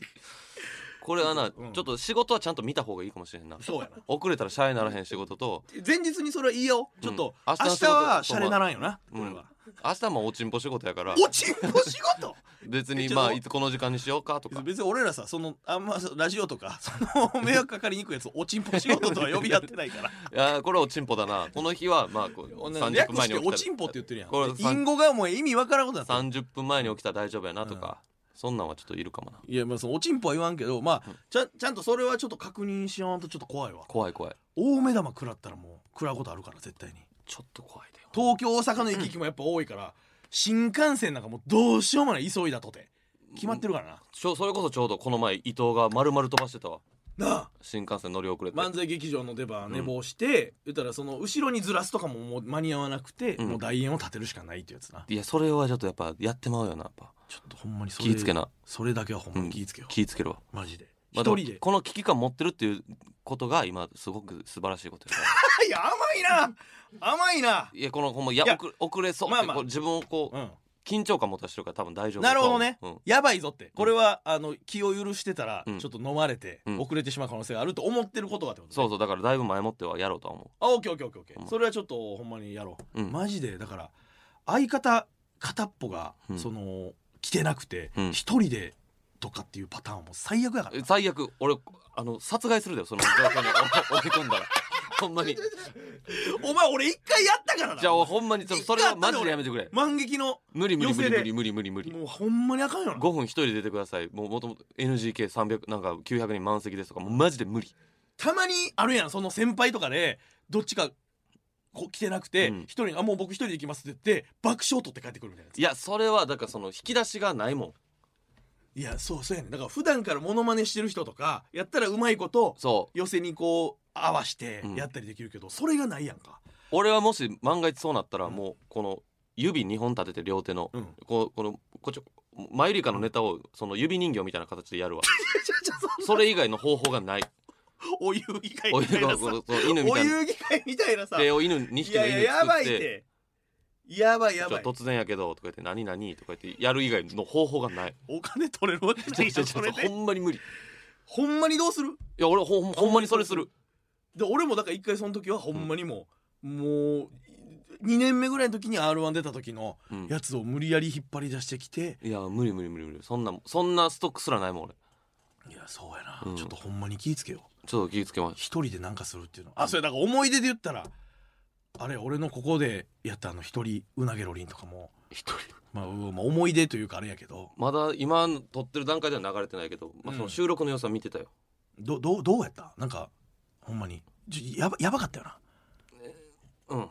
Speaker 2: これはな、
Speaker 1: うん
Speaker 2: ちょっと仕事はちゃんと見た方がいいかもしれんな
Speaker 1: そうやな
Speaker 2: 遅れたらシャイならへん仕事と
Speaker 1: 前日にそれは言いようちょっ
Speaker 2: う
Speaker 1: と、
Speaker 2: ん明
Speaker 1: 明
Speaker 2: 日
Speaker 1: 日
Speaker 2: の仕事
Speaker 1: はシャレならんよな、
Speaker 2: うん
Speaker 1: これは
Speaker 2: 明日もおちんぽ仕事やから
Speaker 1: おちんぽ仕事
Speaker 2: 別に
Speaker 1: ちょ
Speaker 2: まあいつこの時間にしようかとか
Speaker 1: 別に俺らさそのあんまラジオとかその 迷惑かかりにくいやつをおちんぽ仕事とは呼び合ってな いから
Speaker 2: いやーこれおちんぽだなこの日はまあこう30
Speaker 1: 略
Speaker 2: 分前
Speaker 1: し
Speaker 2: に起
Speaker 1: て
Speaker 2: きた
Speaker 1: おちんぽって言ってるやん
Speaker 2: これ
Speaker 1: 隠語がもう意味わからんことだった
Speaker 2: 30分前に起きたら大丈夫やなとか、そんなんはちょっといるかもない
Speaker 1: やまあそのおちんぽは言わんけどまあ
Speaker 2: うん
Speaker 1: ちゃんちゃんとそれはちょっと確認しやんとちょっと怖いわ
Speaker 2: 怖い怖い
Speaker 1: 大目玉食らったらもう食らうことあるから絶対に
Speaker 2: ちょっと怖いでよ
Speaker 1: 東京大阪の行き来もやっぱ多いから新幹線なんかもうどうしようもない急いだとて決まってるから
Speaker 2: ちょそれこそちょうどこの前伊藤が丸々飛ばしてたわ
Speaker 1: ななあ
Speaker 2: 新幹線乗り遅れて、
Speaker 1: 漫才劇場の出番寝坊して、言ったらその後ろにずらすとかももう間に合わなくて、
Speaker 2: うん
Speaker 1: もう台円を立てるしかないってやつない
Speaker 2: やそれはちょっとやっぱやってまうよなやっぱ
Speaker 1: ちょっとほんまにそれ
Speaker 2: 気ぃつけな
Speaker 1: それだけはほんま
Speaker 2: うん
Speaker 1: に気ぃつけよう、
Speaker 2: 気ぃつけるわ
Speaker 1: マジで
Speaker 2: ま
Speaker 1: 一
Speaker 2: あでも
Speaker 1: 人で
Speaker 2: この危機感持ってるっていうことが今すごく素晴らしいことや から
Speaker 1: いや甘いな甘いない
Speaker 2: やこのほんまや
Speaker 1: いや
Speaker 2: 遅れ遅れそうって、
Speaker 1: まあまあ
Speaker 2: こう自分をこう、
Speaker 1: うん
Speaker 2: 緊張感持たしてるから多分大丈夫
Speaker 1: なるほどね
Speaker 2: うん
Speaker 1: やばいぞってこれは、あの気を許してたら、
Speaker 2: うん
Speaker 1: ちょっと飲まれて、
Speaker 2: うん
Speaker 1: 遅れてしまう可能性があると思ってることがってことね
Speaker 2: そうそうだからだいぶ前もってはやろうとは思
Speaker 1: あオッケーオッケーオッケーオッケ
Speaker 2: ほん
Speaker 1: ー
Speaker 2: ま
Speaker 1: それはちょっとほんまにやろう、
Speaker 2: うん
Speaker 1: マジでだから相方片っぽが、
Speaker 2: うん
Speaker 1: その来てなくて
Speaker 2: うん
Speaker 1: 一、人でとかっていうパターンはもう最悪やから
Speaker 2: う最悪俺あの殺害するだよその状況に 追い込んだらほんまに
Speaker 1: お前俺一回やったからな
Speaker 2: じゃあほんまにちょっとそれはマジでやめてくれ
Speaker 1: 万劇の
Speaker 2: 無理無理無理
Speaker 1: 寄
Speaker 2: 無
Speaker 1: せ
Speaker 2: 理
Speaker 1: で
Speaker 2: 無理無理無理
Speaker 1: もうほんまにあかんよな
Speaker 2: 5分一人で出てくださいもうもともと NGK300 なんか900人満席ですとかもうマジで無理
Speaker 1: たまにあるやんその先輩とかでどっちかこう来てなくて
Speaker 2: うん
Speaker 1: 一、人が「あもう僕一人で行きます」って言って爆笑取って帰ってくるみたいなやつ
Speaker 2: いやそれはだからその引き出しがないもん
Speaker 1: いやそうそうやねんだから普段からモノマネしてる人とかやったらうまいこと
Speaker 2: そう
Speaker 1: 寄せにこう合わして
Speaker 2: うん
Speaker 1: やったりできるけど、それがないやんか、
Speaker 2: 俺はもし万が一そうなったらもうこの指2本立てて両手の
Speaker 1: うん、
Speaker 2: こうこのこっちマユリカのネタをその指人形みたいな形でやる わ
Speaker 1: ちょちょ
Speaker 2: それ以外の方法が ない
Speaker 1: お遊戯会
Speaker 2: お
Speaker 1: み
Speaker 2: 湯
Speaker 1: たい
Speaker 2: が
Speaker 1: な
Speaker 2: こ
Speaker 1: さ
Speaker 2: のそう犬み
Speaker 1: お
Speaker 2: たいな
Speaker 1: 遊戯会みたいなさ
Speaker 2: 手を犬2匹の
Speaker 1: いや
Speaker 2: 犬
Speaker 1: いやや
Speaker 2: 作
Speaker 1: ば
Speaker 2: っ
Speaker 1: いっててやばい
Speaker 2: ちょ
Speaker 1: やばい
Speaker 2: 突然やけどとか言って何何とか言ってやる以外の方法が ない
Speaker 1: お金取れるわけない
Speaker 2: ちょち
Speaker 1: やん
Speaker 2: ょ
Speaker 1: そ
Speaker 2: ちょ
Speaker 1: れ
Speaker 2: ほ
Speaker 1: で
Speaker 2: んまに無理い
Speaker 1: ほんまにどうする
Speaker 2: や俺ほんほんまにそれする
Speaker 1: で俺もだから一回その時はほんまにもう、もう2年目ぐらいの時に r 1出た時の
Speaker 2: うん
Speaker 1: やつを無理やり引っ張り出してきて、
Speaker 2: いや無理無理無理無理そんなそんなストックすらないもん俺
Speaker 1: いやそうやな、
Speaker 2: うん
Speaker 1: ちょっとほんまに気ぃつけよう
Speaker 2: ちょっと気ぃつけまし
Speaker 1: 一人でなんかするっていうのあそれだから思い出で言ったらあれ俺のここでやったあの一人うなげろりんとかも、
Speaker 2: 一人
Speaker 1: まあ、うんまあ思い出というかあれやけど
Speaker 2: まだ今撮ってる段階では流れてないけど、まあ、
Speaker 1: うん
Speaker 2: その収録の様子は見てたよ、
Speaker 1: どどうどうやったなんかほんまにちょやばやばかったよな
Speaker 2: うん。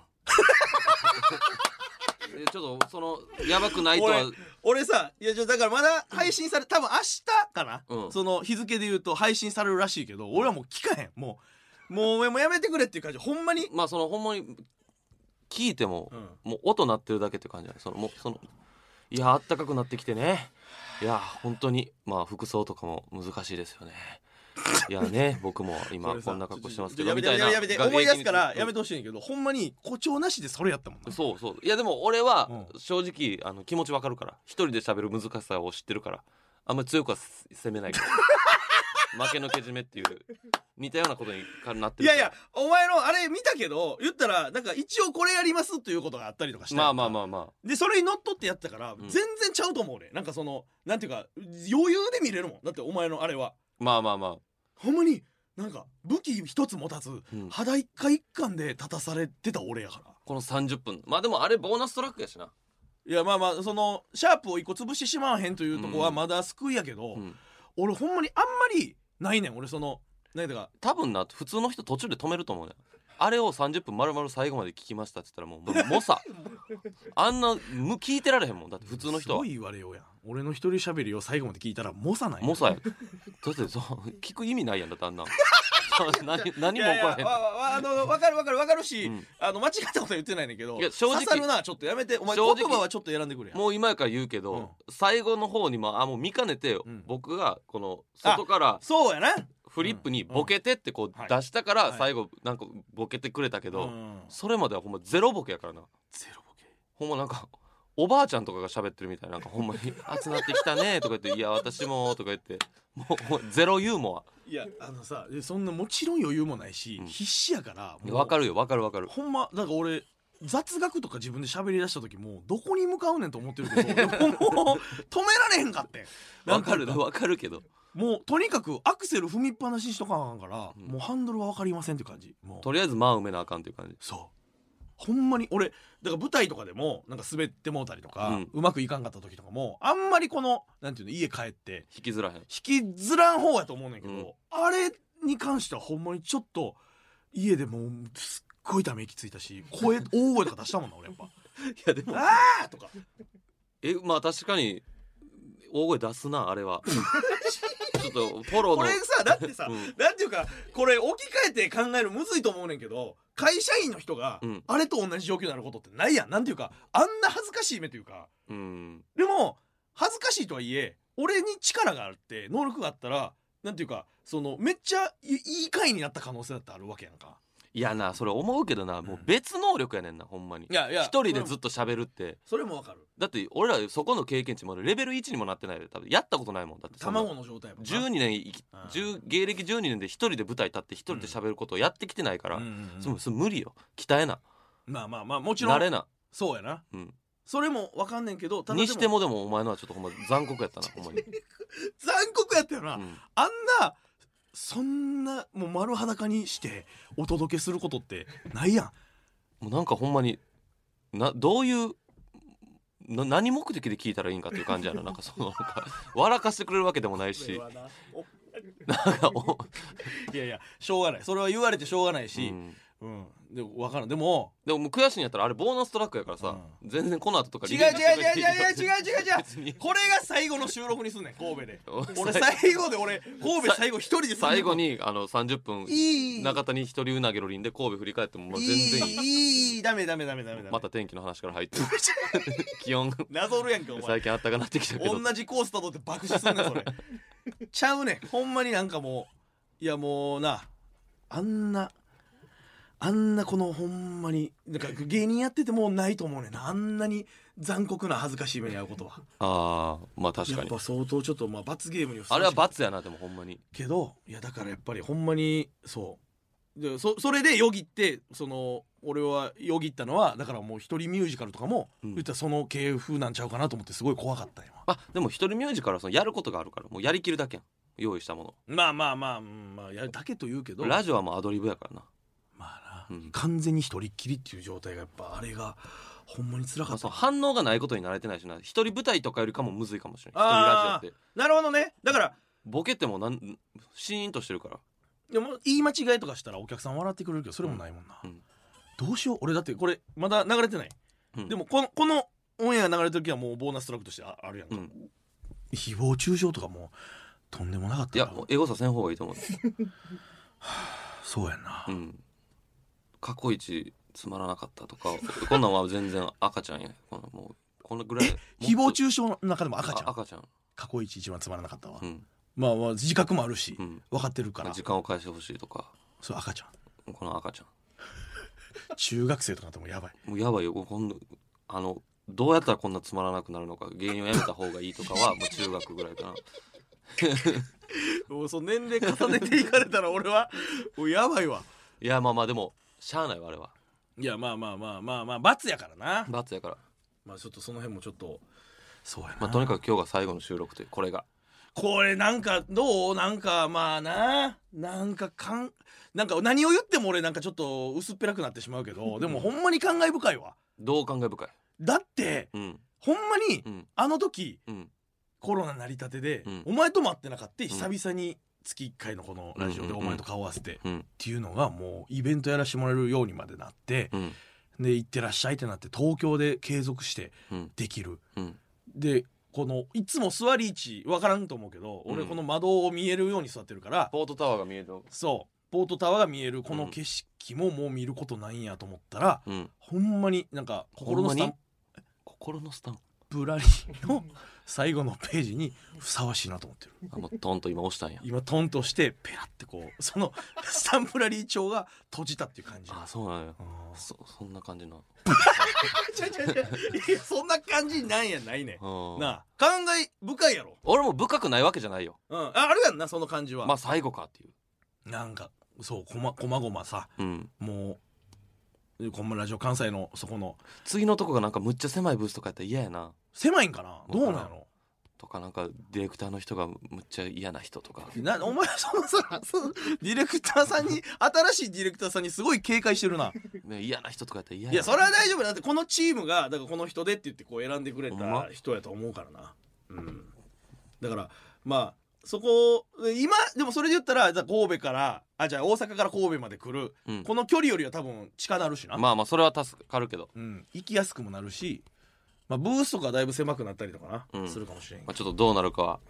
Speaker 2: えちょっとそのやばくないとは
Speaker 1: 俺さいやじゃあだからまだ配信され多分明日かな、
Speaker 2: うん
Speaker 1: その日付で言うと配信されるらしいけど俺はもう聞かへんもうもうもうやめてくれっていう感じほんまに、
Speaker 2: まあそのほんまに聞いても、
Speaker 1: うん
Speaker 2: もう音鳴ってるだけって感じじゃないそのもうそのいやあったかくなってきてねいや本当にまあ服装とかも難しいですよねいやね僕も今
Speaker 1: れさ
Speaker 2: こんな格好してますけ
Speaker 1: ち
Speaker 2: ど
Speaker 1: ょちょ
Speaker 2: み
Speaker 1: ちょ
Speaker 2: たいな
Speaker 1: やめてやめてやめて思い出すからやめ
Speaker 2: て
Speaker 1: てほしいんやけどほんまに誇張なしでそれやったもんな
Speaker 2: そうそういやでも俺は
Speaker 1: う
Speaker 2: 正直あの気持ちわかるから一人で喋る難しさを知ってるからあんまり強くは攻めない から負けのけじめっていう似たようなことになって
Speaker 1: い
Speaker 2: るか
Speaker 1: や
Speaker 2: ら
Speaker 1: いやお前のあれ見たけど言ったらなんか一応これやりますということがあったりとかして
Speaker 2: まあまあま
Speaker 1: あ
Speaker 2: あま
Speaker 1: でそれにのっとってやってたから、
Speaker 2: ん
Speaker 1: 全然ちゃうと思う俺なんかそのなんていうか余裕で見れるもんだってお前のあれは
Speaker 2: あまあまあまあ
Speaker 1: ほんまになんか武器一つ持たず、
Speaker 2: ん
Speaker 1: 肌一回一貫で立たされてた俺やから
Speaker 2: この30分まあでもあれボーナストラックやしな、
Speaker 1: いやまあまあそのシャープを一個潰してしまわへんというとこは
Speaker 2: うん
Speaker 1: まだ救いやけど、
Speaker 2: うん、
Speaker 1: 俺ほんまにあんまりないねん俺その何だか
Speaker 2: 多分な普通の人途中で止めると思うねんあれを30分まるまる最後まで聞きましたって言ったらもうもう猛 者あんなむ聞いてられへんもんだって普通の人
Speaker 1: す
Speaker 2: は
Speaker 1: ごい言われようやん俺の一人喋りを最後まで聞いたら猛者ない
Speaker 2: 猛者やだってそう聞く意味ないやんだってあ んなんそう何何
Speaker 1: い
Speaker 2: も
Speaker 1: や
Speaker 2: 起
Speaker 1: いや
Speaker 2: こらへん
Speaker 1: わわわあの分かる分かる分かるし、
Speaker 2: うん
Speaker 1: あの間違ったことは言ってないねんだけど
Speaker 2: いや正直
Speaker 1: 刺さるなちょっとやめてお前
Speaker 2: 正直
Speaker 1: 言葉はちょっと選んでくれや
Speaker 2: もう今から言うけど、最後の方にまああもう見かねて、
Speaker 1: ん
Speaker 2: 僕がこの外から
Speaker 1: そうやな、
Speaker 2: フリップにボケてってこ
Speaker 1: うんはいう
Speaker 2: 出したか
Speaker 1: は
Speaker 2: ら
Speaker 1: い
Speaker 2: 最後なんかボケてくれたけど、
Speaker 1: うん
Speaker 2: それまではほんまゼロボケやからな
Speaker 1: ゼロボケ
Speaker 2: ほんまなんかおばあちゃんとかが喋ってるみたいななんかほんま に「熱なってきたね」とか言って「いや私も」とか言ってもうもうゼロユーモ
Speaker 1: いやあのさでそんなもちろん余裕もないし、
Speaker 2: うん
Speaker 1: 必死やから
Speaker 2: ア
Speaker 1: もう
Speaker 2: わかるよわかるわかる
Speaker 1: ほんまなんか俺雑学とか自分で喋り出した時もうどこに向かうねんと思ってるけど でももう止められへんかってん
Speaker 2: わかる
Speaker 1: なんいう
Speaker 2: わかるけど
Speaker 1: もうとにかくアクセル踏みっぱなしにしとかなあかんから、
Speaker 2: うん
Speaker 1: もうハンドルは分かりませんって感じもう
Speaker 2: とりあえずまあ埋めなあかんっていう感じ
Speaker 1: そうほんまに俺だから舞台とかでもなんか滑ってもうたりとか、う
Speaker 2: うん
Speaker 1: まくいかんかった時とかもあんまりこのなんていうの家帰って
Speaker 2: 引きずらへん
Speaker 1: 引きずらん方やと思うねんけど、
Speaker 2: うん
Speaker 1: あれに関してはほんまにちょっと家でもうすっごいため息ついたし声大声とか出したもんな俺 やっぱ
Speaker 2: いやでも
Speaker 1: ああとか
Speaker 2: えまあ確かに大声出すなあれはちょっとフォロー
Speaker 1: こ
Speaker 2: の
Speaker 1: れさだってさ、
Speaker 2: うん
Speaker 1: なんていうかこれ置き換えて考えるむずいと思うねんけど会社員の人が
Speaker 2: うん
Speaker 1: あれと同じ状況になることってないやんなんていうかあんな恥ずかしい目というか
Speaker 2: うん
Speaker 1: でも恥ずかしいとはいえ俺に力があって能力があったらなんていうかそのめっちゃいいい回になった可能性だってあるわけやんか
Speaker 2: いやなそれ思うけどなもう別能力やねんなほんまに
Speaker 1: いやいや
Speaker 2: 一人でずっと喋るって
Speaker 1: それもわかる
Speaker 2: だって俺らそこの経験値までレベル1にもなってないで多分やったことないもんだってそんな
Speaker 1: 卵の状態もな
Speaker 2: 12年生き
Speaker 1: うん
Speaker 2: 10芸歴12年で一人で舞台立って一人で喋ることをやってきてないから、
Speaker 1: うんうんうん
Speaker 2: そそ無理よ鍛えな
Speaker 1: まあまあまあもちろ
Speaker 2: 慣れ
Speaker 1: ん
Speaker 2: な、
Speaker 1: そうやな
Speaker 2: うん、
Speaker 1: それもわかんねんけどただで
Speaker 2: にしてもでもお前のはちょっとほんま残酷やったなほんまに、
Speaker 1: 残酷やったよな、
Speaker 2: うん
Speaker 1: あんなそんなもう丸裸にしてお届けすることってないやん
Speaker 2: もうなんかほんまになどういうな何目的で聞いたらいいんかっていう感じや ななんかそのなんか笑かしてくれるわけでもないしなんかお
Speaker 1: いやいやしょうがないそれは言われてしょうがないし
Speaker 2: う、ん
Speaker 1: うんでもわからんでも
Speaker 2: でももう悔しいんやったらあれボーナストラックやからさ、全然この後とか
Speaker 1: 違
Speaker 2: リ
Speaker 1: う違う
Speaker 2: ベンジして
Speaker 1: 違
Speaker 2: くれ
Speaker 1: う
Speaker 2: ていい
Speaker 1: 違
Speaker 2: よ
Speaker 1: う 違う違う違う
Speaker 2: 別に
Speaker 1: これが最後の収録にすんねん神戸で
Speaker 2: お
Speaker 1: 俺最後で俺神戸最後一人で住んで
Speaker 2: 最
Speaker 1: る
Speaker 2: 後にあの30分
Speaker 1: いい
Speaker 2: 中谷一人うなげろりんで神戸振り返ってもまあ全然いい
Speaker 1: いいいいダメダメダメダメダメ
Speaker 2: また天気の話から入って 気温
Speaker 1: なぞるやんけお前
Speaker 2: 最近あったかなってきたけど
Speaker 1: 同じコースたどって爆死すんねんそれちゃうねんほんまになんかもういやもうなあんなあんなこのほんまになんか芸人やっててもうないと思うねんなあんなに残酷な恥ずかしい目に遭うことは
Speaker 2: ああまあ確
Speaker 1: や
Speaker 2: か
Speaker 1: っ
Speaker 2: に
Speaker 1: ぱ相当ちょっとまあ罰ゲームにふさ
Speaker 2: あ
Speaker 1: わし
Speaker 2: れ
Speaker 1: い
Speaker 2: は罰やなでもほんまに
Speaker 1: けどいやだからやっぱりほんまにそでそそれでよぎってその俺はよぎったのはだからもう一人ミュージカルとかも、
Speaker 2: うん
Speaker 1: 言ったらその系風なんちゃうかなと思ってすごい怖かった今
Speaker 2: あでも一人ミュージカルはそのやることがあるからもうやりきるだけやん用意したも
Speaker 1: まあまあまあ、うんまあ、やるだけと言うけど
Speaker 2: のラジオはもうアドリブやからな
Speaker 1: まあな、
Speaker 2: うん
Speaker 1: 完全に一人っきりっていう状態がやっぱあれがほんまにつら
Speaker 2: ま
Speaker 1: か
Speaker 2: あ、
Speaker 1: っ
Speaker 2: そ
Speaker 1: た
Speaker 2: の反応がないことに慣れてないしな一人舞台とかよりかもむずいかもしれない一人ラ
Speaker 1: あー
Speaker 2: ジオって
Speaker 1: なるほどねだから
Speaker 2: ボケてもなんシーンとしてるから
Speaker 1: でも言い間違いとかしたらお客さん笑ってくれるけどそれもないもんな、
Speaker 2: うん
Speaker 1: どうしよう俺だってこれまだ流れてない、
Speaker 2: うん
Speaker 1: でもこのこのオンエア流れてる時はもうボーナストラックとしてああるやんか、
Speaker 2: うん
Speaker 1: 誹謗中傷とかもうとんでもなかっ
Speaker 2: い
Speaker 1: た
Speaker 2: や
Speaker 1: な
Speaker 2: もうエゴさせん方がいいと思う
Speaker 1: そうやんな、
Speaker 2: うん、過去一つまらなかったとかこんなんは全然赤ちゃんやこのもうこのぐらい
Speaker 1: 誹
Speaker 2: 傷
Speaker 1: 謗中傷の中でも赤ちゃん
Speaker 2: 赤ちゃん
Speaker 1: 過去一一番つまらなかったわ、
Speaker 2: うん
Speaker 1: まあまあ自覚もあるし、
Speaker 2: うん
Speaker 1: 分かってるから
Speaker 2: 時間を返してほしいとか
Speaker 1: そう赤ちゃ
Speaker 2: この赤ちゃ
Speaker 1: ん中学生とかだってもうやばい
Speaker 2: んもうやばいよこんなあのどうやったらこんなつまらなくなるのか芸人をやめた方がいいとかはもう中学ぐらいかな
Speaker 1: もうその年齢重ねていかれたら俺 はもうやばいわ
Speaker 2: いやまあまあでもしゃあないわあれはい
Speaker 1: やまあまあまあまあまあ罰やからな
Speaker 2: 罰やから、
Speaker 1: まあちょっとその辺もちょっとそうやな、
Speaker 2: まあ、とにかく今日が最後の収録というこれが
Speaker 1: これなんかどうなんかまあななんかかんなんか何を言っても俺なんかちょっと薄っぺらくなってしまうけどでもほんまに感慨深いわ
Speaker 2: どう感慨深い
Speaker 1: だって
Speaker 2: うん
Speaker 1: ほんまに
Speaker 2: うん
Speaker 1: あの時
Speaker 2: うん
Speaker 1: コロナ成り立てで、
Speaker 2: うん
Speaker 1: お前とも会ってなかった久々に月1回のこのラジオで
Speaker 2: うん
Speaker 1: お前と顔合わせてっ
Speaker 2: うん
Speaker 1: ていうのがもうイベントやらしてもらえるようにまでなって
Speaker 2: うん
Speaker 1: で行ってらっしゃいってなって東京で継続して
Speaker 2: うん
Speaker 1: できる
Speaker 2: うん
Speaker 1: でこのいつも座り位置分からんと思うけど俺
Speaker 2: うん
Speaker 1: この窓を見えるように座ってるから、
Speaker 2: ポートタワーが見える
Speaker 1: そうポートタワーが見えるこ
Speaker 2: う
Speaker 1: の
Speaker 2: ん
Speaker 1: 景色ももう見ることないんやと思ったら、
Speaker 2: うん
Speaker 1: ほんまになんか心のスタ
Speaker 2: ほん
Speaker 1: ン
Speaker 2: 心のスタン
Speaker 1: プラリーの最後のページにふさわしいなと思ってる
Speaker 2: あもうトンと今押したんや
Speaker 1: 今トンとしてペラってこう そのスタンプラリー帳が閉じたっていう感じ
Speaker 2: あそうなんや
Speaker 1: うん
Speaker 2: そそんな感じな
Speaker 1: ちゃちゃちゃいやそんな感じなんやないね
Speaker 2: の
Speaker 1: なあ感慨深いやろ、
Speaker 2: 俺も深くないわけじゃないよ
Speaker 1: うん、ああるやんなその感じは、
Speaker 2: まあ最後かっていう
Speaker 1: なんかそうこまこまごまさ
Speaker 2: うん
Speaker 1: もうこんまラジオ関西のそこの
Speaker 2: 次のとこがなんかむっちゃ狭いブースとかやったら嫌やな
Speaker 1: 狭いんかなどうなんやろ
Speaker 2: とかなんかディレクターの人がむっちゃ嫌な人とか
Speaker 1: なお前はそのさそのディレクターさんに新しいディレクターさんにすごい警戒してるな
Speaker 2: ね嫌な人とかやったら嫌や
Speaker 1: いやそれは大丈夫だってこのチームがだからこの人でって言ってこう選んでくれ
Speaker 2: ほんま
Speaker 1: た人やと思うからなうんだからまあそこ今でもそれで言ったらじゃあ神戸からあじゃあ大阪から神戸まで来る
Speaker 2: うん
Speaker 1: この距離よりは多分近なるしな、
Speaker 2: まあまあそれは助かるけど、
Speaker 1: うん、行きやすくもなるし、まあ、ブースとかだいぶ狭くなったりとかな、
Speaker 2: うん
Speaker 1: するかもしれんけ
Speaker 2: ま
Speaker 1: ど
Speaker 2: あ、ちょっとどうなるかは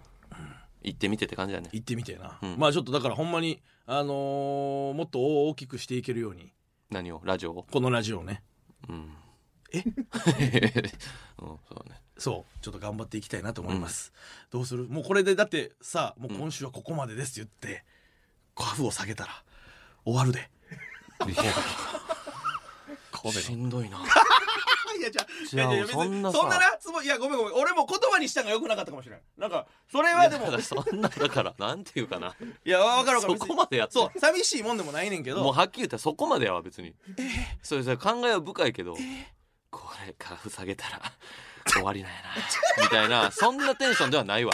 Speaker 2: 行ってみてって感じだね
Speaker 1: 行ってみてえな、
Speaker 2: うん
Speaker 1: まあちょっとだからほんまにあのーもっと大きくしていけるように
Speaker 2: 何をラジオを
Speaker 1: このラジオをね
Speaker 2: うん
Speaker 1: え
Speaker 2: うんそう ね
Speaker 1: そうちょっと頑張っていきたいなと思います、どうするもうこれでだってさもう今週はここまでですって言ってカフを下げたら終わるで 神戸
Speaker 2: しんどいな
Speaker 1: いやじゃあ
Speaker 2: じゃあ
Speaker 1: いやいや別に
Speaker 2: そんなさ
Speaker 1: そんななつもいやごめんごめん俺も言葉にしたのが良くなかったかもしれないなんかそれはでも
Speaker 2: いやだからそんなだからなんていうかない
Speaker 1: やわかるわか
Speaker 2: そ
Speaker 1: る別に
Speaker 2: こまでやって
Speaker 1: そう寂しいもんでもないねんけど
Speaker 2: もうはっきり言ったらそこまでやわ別に、それそれ考えは深いけど、これからふさげたら 終わりなんやなみたいなそんなテンションではないわ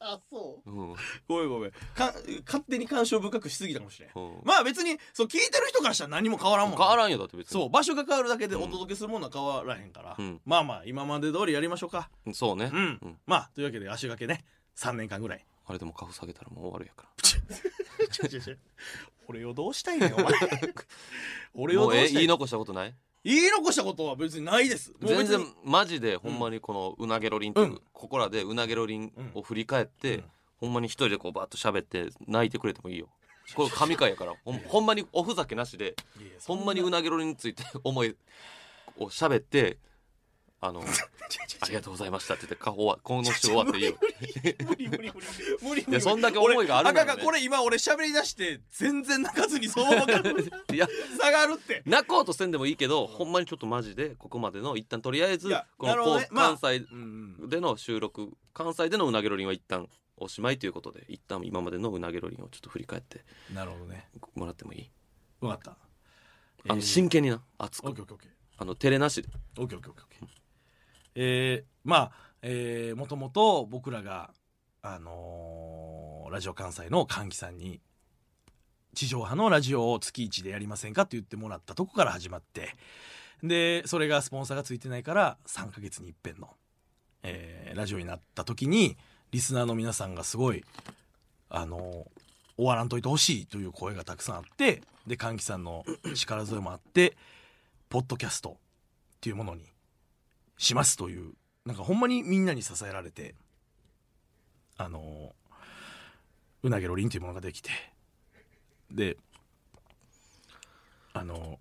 Speaker 1: あそ
Speaker 2: うん、うん
Speaker 1: うごめんごめんか勝手に干渉深くしすぎたかもしれん
Speaker 2: 変
Speaker 1: まあ別にそう聞いてる人からしたら何も変わらんもん
Speaker 2: わらんよだって別
Speaker 1: そ
Speaker 2: に
Speaker 1: う場所が変わるだけでお届けするものは変わらへんから、
Speaker 2: うん
Speaker 1: まあまあ今まで通りやりましょうか
Speaker 2: そうそうね、
Speaker 1: うん、
Speaker 2: うん
Speaker 1: まあというわけで足掛けね3年間ぐ らい
Speaker 2: あれでも顔下げたらもう終わるやか
Speaker 1: 俺をどうしたいねんお前 俺
Speaker 2: ら
Speaker 1: を
Speaker 2: も
Speaker 1: ど
Speaker 2: う
Speaker 1: う
Speaker 2: え
Speaker 1: した
Speaker 2: 言
Speaker 1: い
Speaker 2: い
Speaker 1: の
Speaker 2: 残したことない
Speaker 1: 言い残したことは別にないですもう
Speaker 2: 全
Speaker 1: 別
Speaker 2: 然
Speaker 1: に
Speaker 2: マジでほんまにこのうなげろりんっていう、
Speaker 1: うん
Speaker 2: ここらでうなげろりんを振り返って、
Speaker 1: うん
Speaker 2: ほんまに一人でこうバーッと喋って泣いてくれてもいいよこれ神回やからほんほんまにおふざけなしで
Speaker 1: いやいやそ
Speaker 2: ほんまにうなげろりについて思いを喋って、あの、ありがとうございましたって言って、か終わこの週終わっていいよ。
Speaker 1: 無理無理無理無理
Speaker 2: い
Speaker 1: 無
Speaker 2: や、
Speaker 1: 理
Speaker 2: そんだけ思いがある
Speaker 1: あ
Speaker 2: の
Speaker 1: か
Speaker 2: よ、
Speaker 1: んかん
Speaker 2: ね
Speaker 1: こ。れ今俺喋り出して全然泣かずにそのまま下
Speaker 2: いや、
Speaker 1: がるって
Speaker 2: 泣こうとせんでもいいけど、ほんまにちょっとマジで、ここまでの、一旦とりあえず
Speaker 1: いや、
Speaker 2: こ
Speaker 1: な
Speaker 2: の
Speaker 1: る
Speaker 2: こ
Speaker 1: ほ
Speaker 2: う、
Speaker 1: どねまあ
Speaker 2: 関西
Speaker 1: うん
Speaker 2: での収録、関西でのうなげろりんは一旦おしまいということで、一旦今までのうなげろりんをちょっと振り返って
Speaker 1: なるほどね
Speaker 2: もらってもいい
Speaker 1: 分かった
Speaker 2: あの真剣にな熱
Speaker 1: オッ
Speaker 2: く
Speaker 1: ケーオッケーオッケー
Speaker 2: あの照れなしで
Speaker 1: オッケーオッケーオッケーオッケーえー、まあ、えー、もともと僕らがあのーラジオ関西の歓喜さんに地上波のラジオを月1でやりませんかって言ってもらったとこから始まってでそれがスポンサーがついてないから3ヶ月に一遍の、えーラジオになった時にリスナーの皆さんがすごいあのー終わらんといてほしいという声がたくさんあってで歓喜さんの力添えもあってポッドキャストっていうものにしますというなんかほんまにみんなに支えられてあのうなげろりんというものができてであの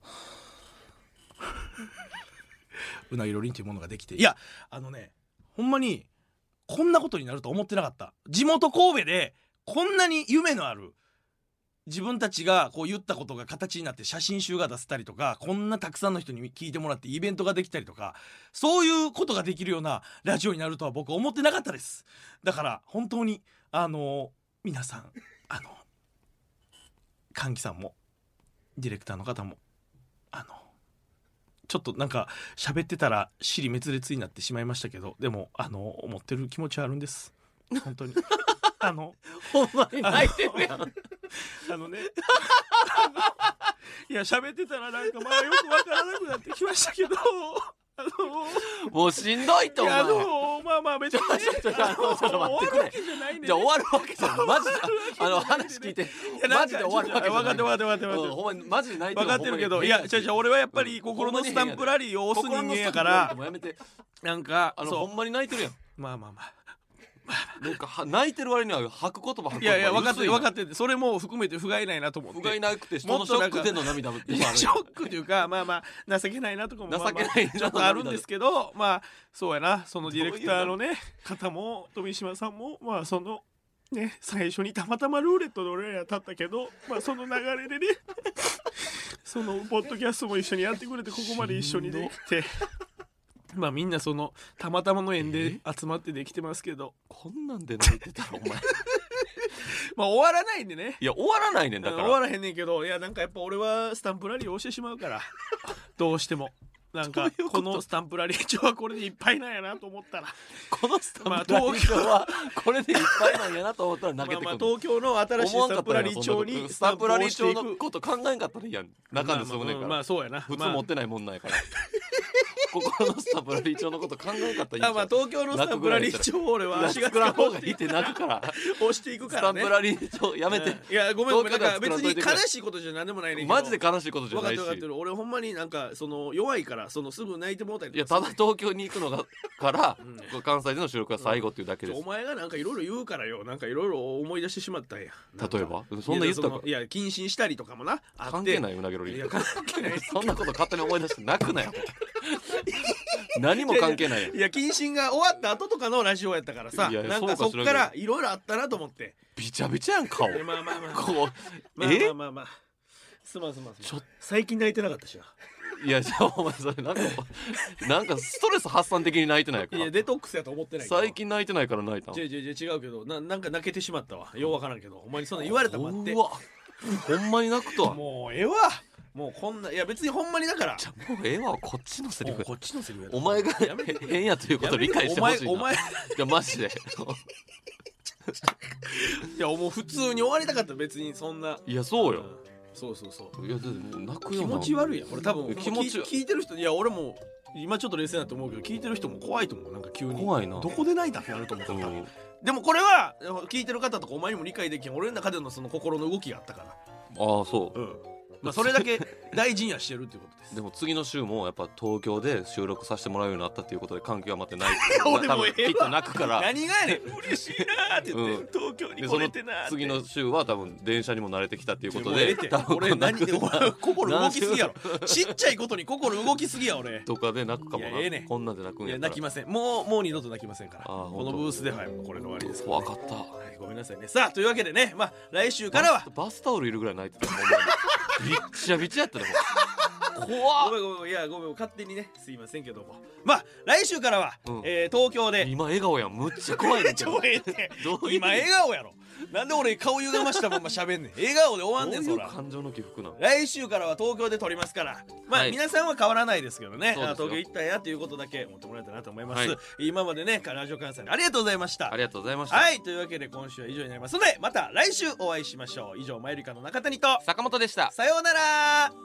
Speaker 1: うなぎろりんというものができていやあのねほんまにこんなことになると思ってなかった地元神戸でこんなに夢のある自分たちがこう言ったことが形になって写真集が出せたりとかこんなたくさんの人に聞いてもらってイベントができたりとかそういうことができるようなラジオになるとは僕思ってなかったですだから本当にあの皆さんあの歓喜さんもディレクターの方もあのちょっとなんか喋ってたら尻滅裂になってしまいましたけどでもあの思ってる気持ちはあるんです本当にあの
Speaker 2: ほんまに泣いてるやん
Speaker 1: あのね。 いや、喋ってたらなんかまだよくわからなくなってきまし たけど、あの、
Speaker 2: もうしんどいと
Speaker 1: い
Speaker 2: 思
Speaker 1: や、あ
Speaker 2: う
Speaker 1: の、まあまあ別に、ね、
Speaker 2: ちょっとちょっと
Speaker 1: あの
Speaker 2: ちょっと待ってくれ
Speaker 1: 終わるわけじゃないんで
Speaker 2: じゃあ終
Speaker 1: ね。
Speaker 2: わるわけじゃないマジでああの話聞いて
Speaker 1: いやな
Speaker 2: マ
Speaker 1: ん
Speaker 2: ジ
Speaker 1: か
Speaker 2: で終わるわけじゃない
Speaker 1: 分かってる分かってる分かってる
Speaker 2: う
Speaker 1: 分かって
Speaker 2: ん
Speaker 1: る。
Speaker 2: ほんまにマジで泣いて
Speaker 1: 分
Speaker 2: る
Speaker 1: かってるけど、いや、違う違う、俺はやっぱり心のスタンプラリーを押す人間やから、
Speaker 2: もうやめて
Speaker 1: なんか、
Speaker 2: あの
Speaker 1: そ
Speaker 2: ほ
Speaker 1: う、
Speaker 2: んまに泣いてるやん
Speaker 1: まあまあまあ。
Speaker 2: なんかは泣いてる割には吐く言葉吐く言葉
Speaker 1: いやいや、分かってる分か
Speaker 2: っ
Speaker 1: ってる。それも含めて不甲斐ないなと思って。
Speaker 2: 不甲斐なくて人のショックでの涙も
Speaker 1: い
Speaker 2: 今あ
Speaker 1: や
Speaker 2: る
Speaker 1: シ
Speaker 2: やん
Speaker 1: ョックというか まあまあ情けないなとかもまあまあ
Speaker 2: 情けないな
Speaker 1: ちょっとあるんですけどまあそうやなそのディレクターのね方も富島さんもまあそのね最初にたまたまルーレットで俺ら立ったけどまあその流れ でねそのポッドキャストも一緒にやってくれてここまで一緒にできて。まあみんなそのたまたまの縁で集まってできてますけど
Speaker 2: こんなんで泣いてたらお前
Speaker 1: まあ終わらないんでね
Speaker 2: いや終わらないねんだ
Speaker 1: だ
Speaker 2: か
Speaker 1: からら終わらへんねんけどいやなんかやっぱ俺はスタンプラリーを押してしまうから どうしてもなん
Speaker 2: どう
Speaker 1: か
Speaker 2: いうこ
Speaker 1: ことのスタンプラリー帳はこれでいっぱいなんやなと思ったら
Speaker 2: このスタンプ
Speaker 1: まあ
Speaker 2: ラリー上はこれでいっぱいなんやなと思ったら投げ
Speaker 1: まあ
Speaker 2: てく
Speaker 1: まあ
Speaker 2: る
Speaker 1: 東京の新しい
Speaker 2: 思わ
Speaker 1: ス
Speaker 2: んかっ
Speaker 1: タン
Speaker 2: た
Speaker 1: プ
Speaker 2: ら
Speaker 1: ラ
Speaker 2: や
Speaker 1: リ
Speaker 2: ん
Speaker 1: ー
Speaker 2: そんなこ
Speaker 1: 帳
Speaker 2: と
Speaker 1: に
Speaker 2: スタンプラリー帳
Speaker 1: スタンプを押して
Speaker 2: の
Speaker 1: いく
Speaker 2: こと考えんかったらいいやん中でそうねん
Speaker 1: ま
Speaker 2: か
Speaker 1: あまあうんま
Speaker 2: ら
Speaker 1: あそうやな
Speaker 2: 普通
Speaker 1: まあ
Speaker 2: 持ってないもんなんやから 心のスタンプラリー帳のこと考えんかったらいいんちゃ
Speaker 1: あ
Speaker 2: う
Speaker 1: まあ東京のスタンプラリー帳を俺は足が
Speaker 2: 作らん方が
Speaker 1: 使
Speaker 2: いいって泣くから
Speaker 1: 押していく
Speaker 2: ス
Speaker 1: か
Speaker 2: タ
Speaker 1: ら
Speaker 2: ン
Speaker 1: ね
Speaker 2: プラリー帳やめて
Speaker 1: いやごめんごめんなんか
Speaker 2: 東京では作ら
Speaker 1: 別
Speaker 2: んとい
Speaker 1: に
Speaker 2: てく
Speaker 1: 悲
Speaker 2: れ
Speaker 1: しいことじゃ何でもないねんけど
Speaker 2: マジで悲しいことじゃ
Speaker 1: 分
Speaker 2: な
Speaker 1: かっ
Speaker 2: い
Speaker 1: て
Speaker 2: し
Speaker 1: る分かってる俺ほんまになんかその弱いからそのすぐ泣いてもうたり
Speaker 2: い
Speaker 1: と
Speaker 2: や
Speaker 1: か
Speaker 2: ただ東京に行くのがから関西での収録は最後っていうだけです
Speaker 1: お前がなんかいろいろ言うからよなんかいろいろ思い出してしまったんやなんか
Speaker 2: 例えばそんな言ったか
Speaker 1: いやそのいや謹慎したりとかもなあって
Speaker 2: 関係ないうなぎろ
Speaker 1: い
Speaker 2: り
Speaker 1: や関係ない
Speaker 2: そんなこと勝手に思い出して泣くな よ何も関係ないやん
Speaker 1: いや謹慎が終わった後とかのラジオやったからさ
Speaker 2: いや
Speaker 1: なん
Speaker 2: そか
Speaker 1: かそうっ
Speaker 2: しらんけど
Speaker 1: からいろいろあったなと思って
Speaker 2: びちゃびちゃやん顔
Speaker 1: でまあまあまあまあ
Speaker 2: こう
Speaker 1: まあま
Speaker 2: え
Speaker 1: あまあまあすまんすまんすまん
Speaker 2: ちょ
Speaker 1: 最近泣いてなかったしない
Speaker 2: やじゃあお前それなんか なんかストレス発散的に泣いてないか
Speaker 1: いやデトックスやと思ってないけど
Speaker 2: 最近泣いてないから泣いたの
Speaker 1: 違う違う違う違うけどななんか泣けてしまったわようわからんけどお前にそんな言われたもんって
Speaker 2: うわほんまに泣くとはも
Speaker 1: もうええわもうこんないや別にほんまにだから
Speaker 2: うええわこっちのセリ
Speaker 1: もう
Speaker 2: フ
Speaker 1: こっちのセリフやった
Speaker 2: お前が
Speaker 1: やめてくれ
Speaker 2: 変やということを理解してほしいな
Speaker 1: お前お前
Speaker 2: いやマジで
Speaker 1: いやもう普通に終わりたかった別にそんない
Speaker 2: やそうよ
Speaker 1: そうそうそう
Speaker 2: いやだってもう泣くよ
Speaker 1: 気
Speaker 2: な
Speaker 1: 持ち悪いやん俺多分
Speaker 2: 気持ち
Speaker 1: 聞聞いてる人いや俺も今ちょっと冷静だと思うけど聞いてる人も怖いと思うなんか急に
Speaker 2: 怖いな
Speaker 1: どこで泣いたってなると思う
Speaker 2: う
Speaker 1: 多分
Speaker 2: ん
Speaker 1: でもこれは聞いてる方とかお前にも理解できん俺の中でのその心の動きがあったか
Speaker 2: ああそ
Speaker 1: らうんまあそれだけ大事にはしてるっていうことです
Speaker 2: うでも次の週もやっぱ東京で収録させてもらうようになったっていうことで環境は待って ない
Speaker 1: 俺も
Speaker 2: 多
Speaker 1: うえ
Speaker 2: 分
Speaker 1: えわ
Speaker 2: きっと泣くから
Speaker 1: 何がやねん嬉しいなーって言って、
Speaker 2: うん
Speaker 1: 東京に
Speaker 2: で
Speaker 1: 来
Speaker 2: そ
Speaker 1: れ
Speaker 2: の
Speaker 1: てなーって
Speaker 2: 次の週は多分電車にも慣れてきたっていうこと
Speaker 1: もうええ
Speaker 2: で
Speaker 1: って
Speaker 2: 多分
Speaker 1: 俺何で俺 心動きすぎや
Speaker 2: 何
Speaker 1: ろちっちゃいことに心動きすぎ や俺
Speaker 2: とかで泣くかもない
Speaker 1: やええねん
Speaker 2: こんなんで泣くん
Speaker 1: い
Speaker 2: や
Speaker 1: や
Speaker 2: った
Speaker 1: 泣き
Speaker 2: ら
Speaker 1: ませんもうもう二度と泣きませんから
Speaker 2: あー
Speaker 1: こ
Speaker 2: 本
Speaker 1: の
Speaker 2: 当
Speaker 1: ブースではいもうこれで終わりですか
Speaker 2: 怖
Speaker 1: らね、
Speaker 2: かった
Speaker 1: はい、ごめんなさいねさあというわけでねまあ来週からは
Speaker 2: バスタオルいるぐらい泣いてたもんほんまにびっちゃびちゃやったね
Speaker 1: ご
Speaker 2: 怖っ
Speaker 1: めんごめんごめんいやごめん勝手にねすいませんけどもまあ来週からは、
Speaker 2: うん
Speaker 1: えー東京で
Speaker 2: 今笑顔やんむっちゃ怖いねんけ
Speaker 1: ち
Speaker 2: ど
Speaker 1: ょええって
Speaker 2: どういう
Speaker 1: 今笑顔やろなんで俺顔歪ましたまんま喋 んねん笑顔で終わ
Speaker 2: ど
Speaker 1: んね
Speaker 2: うんい
Speaker 1: そうら
Speaker 2: 感情の起伏なの
Speaker 1: 来週からは東京で撮りますからまあ、
Speaker 2: はい
Speaker 1: 皆さんは変わらないですけど
Speaker 2: そうで
Speaker 1: ね
Speaker 2: すよ
Speaker 1: あ東京行ったんやということだけ思ってもらえたらなと思います、
Speaker 2: はい
Speaker 1: 今までねラジオ関西ありがとうございました
Speaker 2: ありがとうございました、
Speaker 1: はいというわけで今週は以上になりますのでまた来週お会いしましょう以上マユリカの中谷と
Speaker 2: 坂本でした
Speaker 1: さようなら